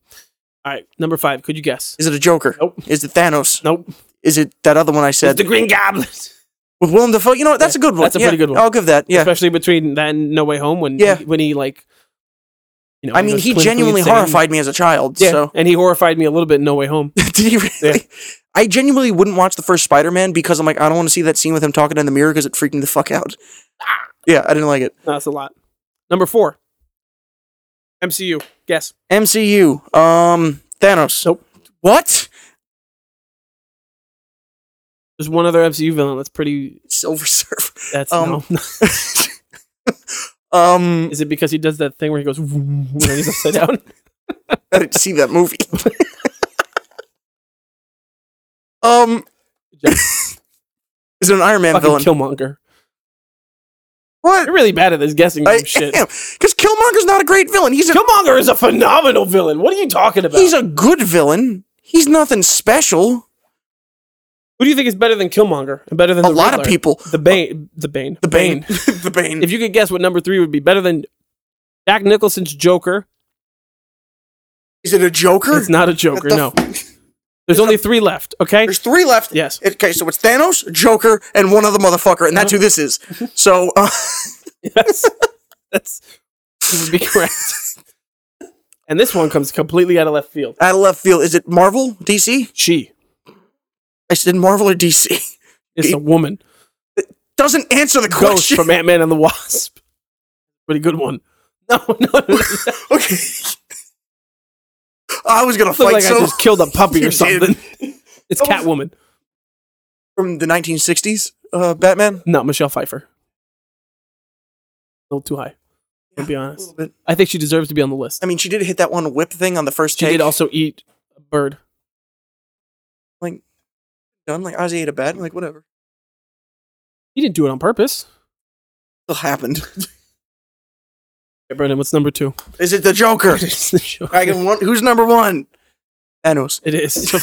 All right, number five. Could you guess?
Is it a Joker?
Nope.
Is it Thanos?
Nope.
Is it that other one I said
It's the Green Goblin.
with Willem Dafoe? You know what? That's a good one.
that's a
Yeah,
pretty good one.
I'll give that. Yeah.
Especially between that and No Way Home when
Yeah.
he, when he like. You know,
I mean,
was
he
clinically
genuinely
insane.
horrified me as a child.
Yeah,
So
and he horrified me a little bit in No Way Home.
did he really?
Yeah.
I genuinely wouldn't watch the first Spider-Man because I'm like, I don't want to see that scene with him talking in the mirror because it freaked me the fuck out.
Ah.
Yeah, I didn't like it.
That's a lot. Number four. MCU. Guess.
MCU. Um, Thanos.
Nope.
What?
There's one other MCU villain that's pretty.
Silver Surfer.
That's
Um,
no.
Um,
Is it because he does that thing where he goes when he's upside down?
I didn't see that movie. um,
job.
is it an Iron Man
Fucking
villain?
Killmonger.
what?
You're really bad at this guessing
I
game shit.
am. Because Killmonger's not a great villain. He's a
Killmonger is a phenomenal villain. What are you talking about?
he's a good villain. He's nothing special.
Who do you think is better than Killmonger and better than
A
the
lot of
Riddler?
people.
The Bane. The Bane.
The Bane. the Bane.
If you could guess what number three would be better than Jack Nicholson's Joker,
Is it a Joker?
it's not a Joker.
the
No. There's only three left. Okay.
There's three left.
Yes.
Okay, so it's Thanos, Joker, and one other motherfucker, and that's
Uh-huh.
who this is. So, uh,
Yes. That's that would be correct. and this one comes completely out of left field.
out of left field, is it Marvel, DC?
She
I said Marvel or DC.
is a woman.
Doesn't answer the
Ghost
question.
from Ant Man and the Wasp. Pretty good one. No, no, no. no.
okay. I was gonna
Looked
fight
like I
so
just killed a puppy
You
or
did.
something. It's
That was-
Catwoman.
from the 1960s uh, Batman.
Not Michelle Pfeiffer. A little too high. To be
A little
honest,
bit.
I think she deserves to be on the list.
I mean, she did hit that one whip thing on the first
She
take.
did also eat a bird.
done. Like Ozzy ate a bat. Like whatever.
He didn't do it on purpose.
Still happened.
Okay, Brendan, what's number two?
Is it the Joker? I can one. Who's number one? Thanos.
It is, of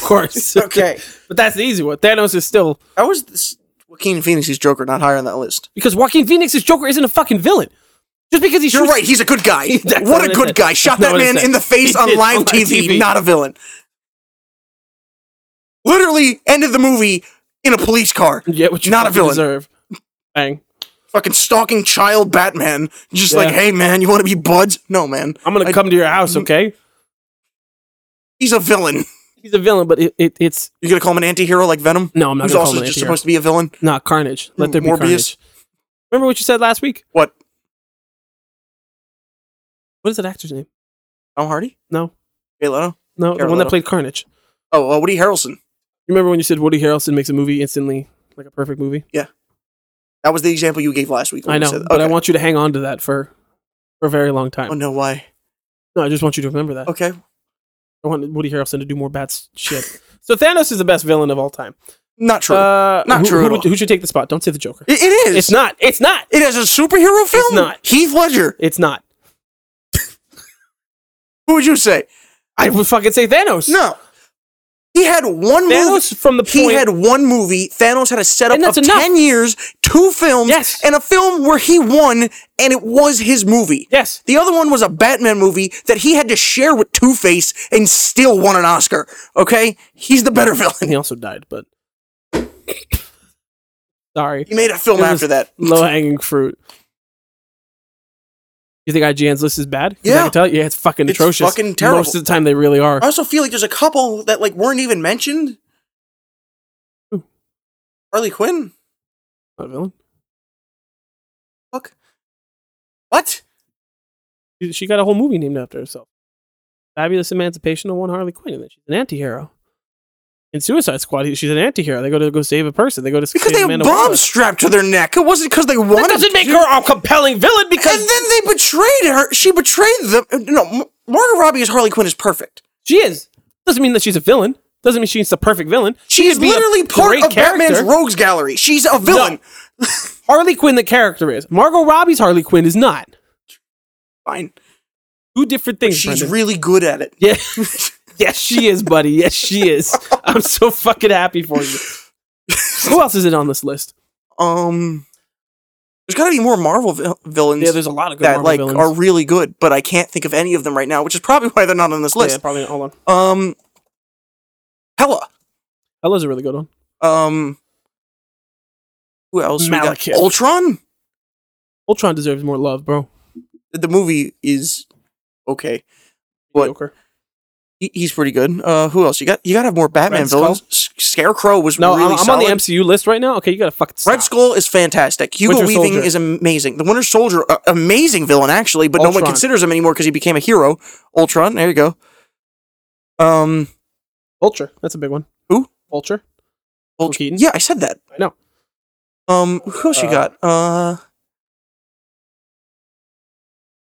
course.
Okay.
but that's the easy one. Thanos is still
How is this Joaquin Phoenix's Joker not higher on that list?
because Joaquin Phoenix's Joker isn't a fucking villain. Just because he
You're
shoots,
right. He's a good guy.
That's
what
what
a
I
good
said.
guy. Shot
That's
that
what I
man
said.
in the face
He
on
did,
live
on live
TV,
TV.
Not a villain. Literally ended the movie in a police car.
you get what you
Not a
fucking
villain.
deserve. Bang!
Fucking stalking child Batman. Just like,
Yeah.
hey man, you want to be buds? No man.
I'm gonna
I-
come to your house, okay?
He's a villain.
he's a villain, but it, it it's
You're gonna call him an anti-hero like Venom?
No, I'm not
Who's
gonna call
also
him an
just
anti-hero.
supposed to be a villain?
not Carnage. Let there be
Morbius?
Carnage. Remember what you said last week?
What?
What is that actor's name?
Tom Hardy?
No,
Jay Leno?
no, the
Jared
one that
Leto.
played Carnage.
Oh, uh, Woody Harrelson.
Remember when you said Woody Harrelson makes a movie instantly like a perfect movie?
That was the example you gave last week. when
I
you
know,
said that.
but I
Okay.
want you to hang on to that for for a very long time.
Oh no, why?
No, I just want you to remember that.
Okay.
I want Woody Harrelson to do more bad s- shit. so Thanos is the best villain of all time.
Not true.
Uh,
Not
who,
true
Who,
at
would-
all.
who should take the spot? Don't say the Joker.
It- it is.
It's not. It's not.
It is a superhero film.
not.
Heath Ledger.
It's not.
Who would you say?
I would fucking say Thanos.
No. He had one movie.
Thanos from the
He
point.
had one movie. Thanos had a setup
And
of
that's enough.
ten years, two films,
Yes.
and a film where he won, and it was his movie.
yes.
The other one was a Batman movie that he had to share with Two Face and still won an Oscar. Okay, he's the better
And
villain.
he also died, but. Sorry.
He made a film
It was
after that.
Low hanging fruit. You think IGN's list is bad? 'Cause I
Yeah.
can tell you, yeah, it's fucking
It's
atrocious.
fucking terrible.
Most of the time, they really are.
I also feel like there's a couple that like weren't even mentioned.
Who?
Harley Quinn.
Not a villain.
Fuck. What?
She- She got a whole movie named after herself. Fabulous Emancipation of One Harley Quinn, and then she's an antihero. In Suicide Squad, he- she's an antihero. They go to go save a person. They go to
Because
save
they have
Amanda
bombs
Waller.
strapped to their neck. It wasn't because they wanted.
That doesn't make
to.
her a compelling villain because
And then they betrayed her. She betrayed them. No, M- Margot Robbie as Harley Quinn is perfect.
she is. Doesn't mean that she's a villain. Doesn't mean she's the perfect villain. She
She's
could be a
literally part
great
of Batman's
character.
rogues gallery. She's a villain.
Harley Quinn, the character is Margot Robbie's Harley Quinn is not.
Fine.
Two different things.
She's
Brendan.
really good at it.
Yeah. yes, she is, buddy. Yes, she is. I'm so fucking happy for you. Who else is it on this list?
Um, there's got to be more Marvel vil- villains
Yeah, there's a lot of good
that
Marvel
like
villains.
are really good, but I can't think of any of them right now, which is probably why they're not on this
Yeah,
list.
probably not. Hold on.
Um, Hella.
Ella's a really good one.
Um, who else? we got?
Malekith.
Ultron.
Ultron deserves more love, bro.
The movie is okay. What?
Joker.
he- he's pretty good. Uh, who else? You got you got to have more Batman
Red Skull?
villains. S- Scarecrow was
No,
really
I'm, I'm on
solid.
the MCU list right now. Okay, you gotta fucking stop.
Red Skull is fantastic. Hugo
Winter
Weaving
Soldier.
is amazing. The Winter Soldier, uh, amazing villain actually, but no one
Ultron.
considers him anymore because he became a hero. Ultron, there you go. Um,
Vulture. That's a big one.
Who?
Vulture.
Ultron.
Keaton.
Yeah, I said that.
I know.
Um, who else you
Uh,
got? Uh,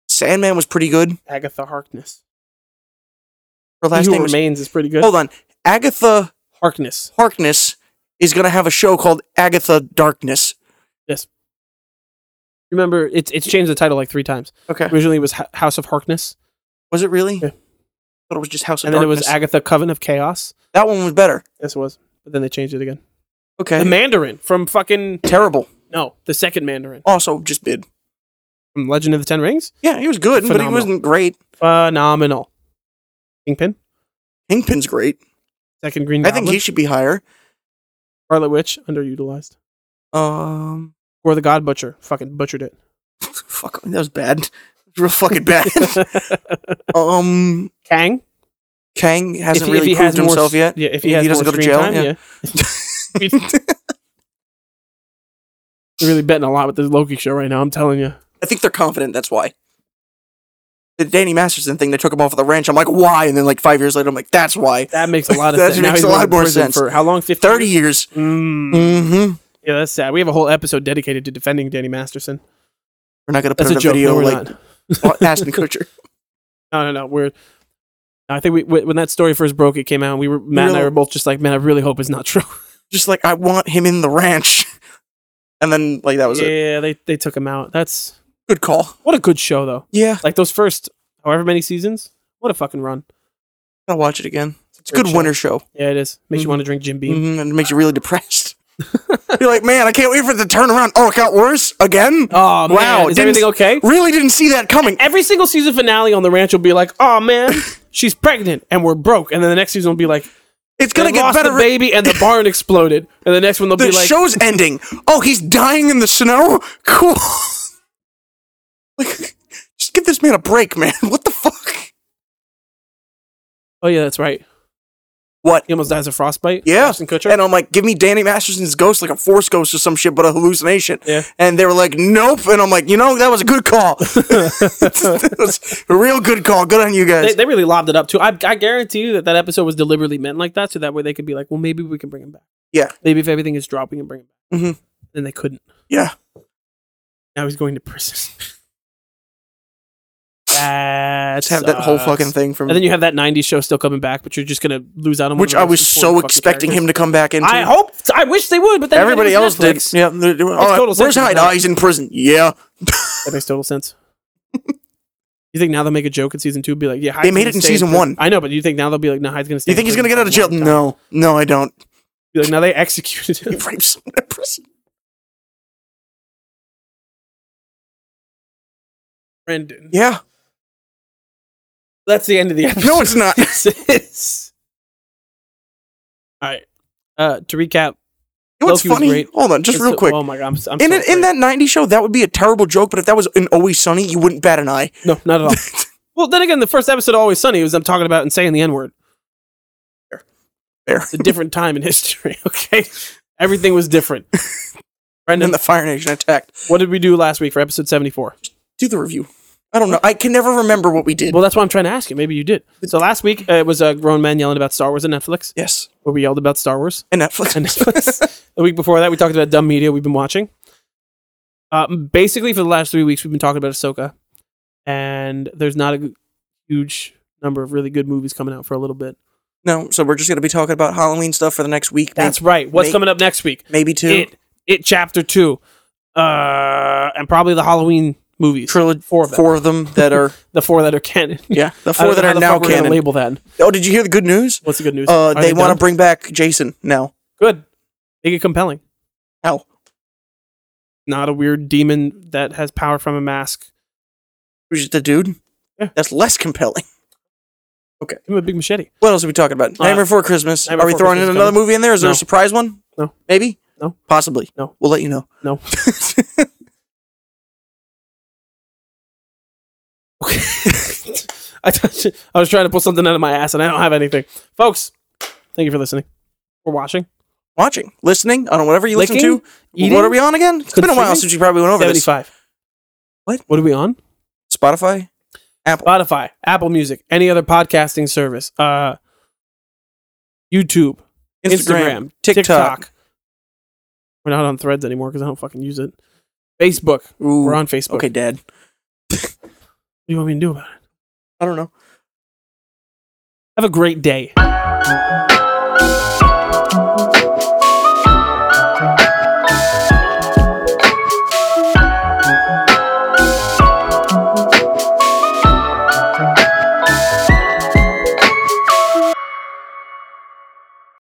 Sandman was pretty good.
Agatha Harkness.
Her last
he Who
name was.
Remains is pretty good.
Hold on, Agatha
Harkness.
Harkness is gonna have a show called Agatha Darkness.
Remember, it's it's changed the title like three times.
Okay.
Originally, it was Ho- House of Harkness,
Was it really? I
Yeah.
thought it was just House of
and then it was
Darkness.
Agatha Coven of Chaos.
that one was better.
Yes, it was. But then they changed it again.
Okay.
The Mandarin from fucking
Terrible.
no, the second Mandarin
Also, just bid.
from Legend of the Ten Rings.
Yeah, he was good, but
Phenomenal.
he wasn't great.
Phenomenal. Kingpin,
Kingpin's great.
second Green
I
Goblin.
think he should be higher.
Scarlet Witch, underutilized.
Um,
Or the God Butcher, fucking butchered it.
fuck, that was bad. Real fucking bad. um,
Kang
Kang hasn't really
he
proved
more
himself
s-
yet.
Yeah, if
If
he, has
he doesn't
more
go to
screen
jail,
time, yeah. We're really betting a lot with this Loki show right now. I'm telling you,
I think they're confident. That's why. The Danny Masterson thing, they took him off of the ranch. I'm like, why? And then, like, five years later, I'm like, that's why.
that makes a lot of
That
sense. Now
makes
he's
a
been
lot
in
more
prison
sense.
For how long? 50
30 years.
Mm.
Mm-hmm.
Yeah, that's sad. We have a whole episode dedicated to defending Danny Masterson.
We're not going to put
That's
in
a
a
joke.
video
no, we're
like
not.
Ashton Kutcher.
no, no, no. We're. I think we when when that story first broke, it came out. We were Matt and I
Really?
were both just like, man, I really hope it's not true.
just like I want him in the ranch. And then like that was a
yeah, they they took him out. That's
good call.
what a good show though.
Yeah,
Like those first however many seasons, what a fucking run.
I'll watch it again. It's a
Great
good
show. Mm-hmm.
winter show,
Yeah, it is. Makes
Mhm.
you want to drink Jim Beam.
hmm and it makes you really depressed. You're like, man, I can't wait for it to turn around. Oh, it got worse again.
Oh man,
Mm-hmm. Wow,
is
didn't-
everything okay?
Really didn't see that coming.
Every single season finale on the ranch will be like, oh man, she's pregnant and we're broke, and then the next season will be like,
It's gonna
they
get
lost
better.
the
The,
baby and the barn exploded, and the next one they'll be like,
show's ending. Oh, he's dying in the snow. Cool. like, just give this man a break, man. What the fuck?
oh yeah, that's right.
What?
He almost dies of frostbite.
Yeah.
Ashton Kutcher.
And I'm like, give me Danny Masterson's ghost, like a force ghost or some shit, but a hallucination.
Yeah.
And they were like, nope. And I'm like, you know, that was a good call. that was a real good call. Good on you guys.
they, they really lobbed it up too. I, I guarantee you that that episode was deliberately meant like that, so that way they could be like, well, maybe we can bring him back.
Yeah.
Maybe if everything is dropped, we can bring him back.
Mhm.
Then they couldn't.
yeah.
Now he's going to prison. that
Just have that whole
sucks.
fucking thing from
And then you have that '90s show still coming back, but you're just gonna lose out on one
which
of the
I
most
was
important
so
fucking
expecting
characters.
him to come back into.
I hope. I wish they would, but then
Everybody
again, it was
else did.
Netflix.
Yeah. they- they- all right,
total sense
Where's
to me
Hyde?
now.
Ah, he's in prison. Yeah.
That makes total sense. you think now they'll make a joke in season two? Be like, yeah,
They
Hyde's
made
gonna
it in
stay
season
prison.
one.
I know, but you think now they'll be like, no, Hyde's gonna. Stay
You
in
think he's
prison
gonna get
for
out of
a
jail?
long time.
No. No, I don't.
Be like, now they executed
He
him.
raped someone in prison.
Brendan.
Yeah.
That's the end of the episode.
No, it's not.
All right. Uh, to recap,
You know what's
Loki was
funny?
great.
Hold on, just
it's
real
so-
quick.
Oh my god, I'm, s- I'm
in
so
an, in
sorry.
that '90s show, that would be a terrible joke. But if that was in Always Sunny, you wouldn't bat an eye.
No, not at all. well, then again, the first episode of Always Sunny was them talking about and saying the N word.
Fair.
It's a different time in history. Okay, everything was different.
And then
Brendan,
the Fire Nation attacked.
what did we do last week for episode seventy four?
Do the review. I don't know. I can never remember what we did.
Well, that's what I'm trying to ask you. Maybe you did. So last week uh, it was uh, grown men yelling about Star Wars and Netflix,
yes,
where we yelled about Star Wars.
and Netflix.
and Netflix. the week before that, we talked about dumb media we've been watching. Uh, basically, for the last three weeks, we've been talking about Ahsoka, and there's not a g- huge number of really good movies coming out for a little bit.
no, so we're just gonna be talking about Halloween stuff for the next week. may-
That's right. What's
Nate-
coming up next week?
maybe two
It, it chapter two, uh, and probably the Halloween movies.
trilogy,
four of them.
of them that are
The four that are canon.
yeah, the
I don't
four
know
that
how
are
the
now
fuck we're gonna
canon.
Label that.
Oh, did you hear the good news?
What's the good news?
Uh,
Are
they want to
done?
bring back Jason now.
good. Make it compelling.
How?
Not a weird demon that has power from a mask.
Who's just the dude?
Yeah.
That's less compelling.
Give him a big machete.
What else are we talking about? Nightmare Before Christmas.
Uh, Nightmare
are we
Before
throwing in
Christmas
another
coming.
movie in there? Is there
No.
a surprise one?
No.
Maybe?
No.
Possibly.
No.
We'll let you know.
No. Okay. I, thought you- I was trying to pull something out of my ass and I don't have anything. Folks, thank you for listening. Or watching.
Watching, listening, I don't know, whatever you
Licking?
listen to. What are we on again? It's been a while
Consuming?
since you probably went over
75.
What?
What are we on?
this. Spotify? Apple.
Spotify, Apple Music, any other podcasting service, uh, YouTube, Instagram, TikTok. We're not on threads anymore because I don't fucking use it. Facebook.
Ooh.
We're on Facebook.
Okay,
What
Dad.
do you want me to do about it?
I don't know.
Have a great day.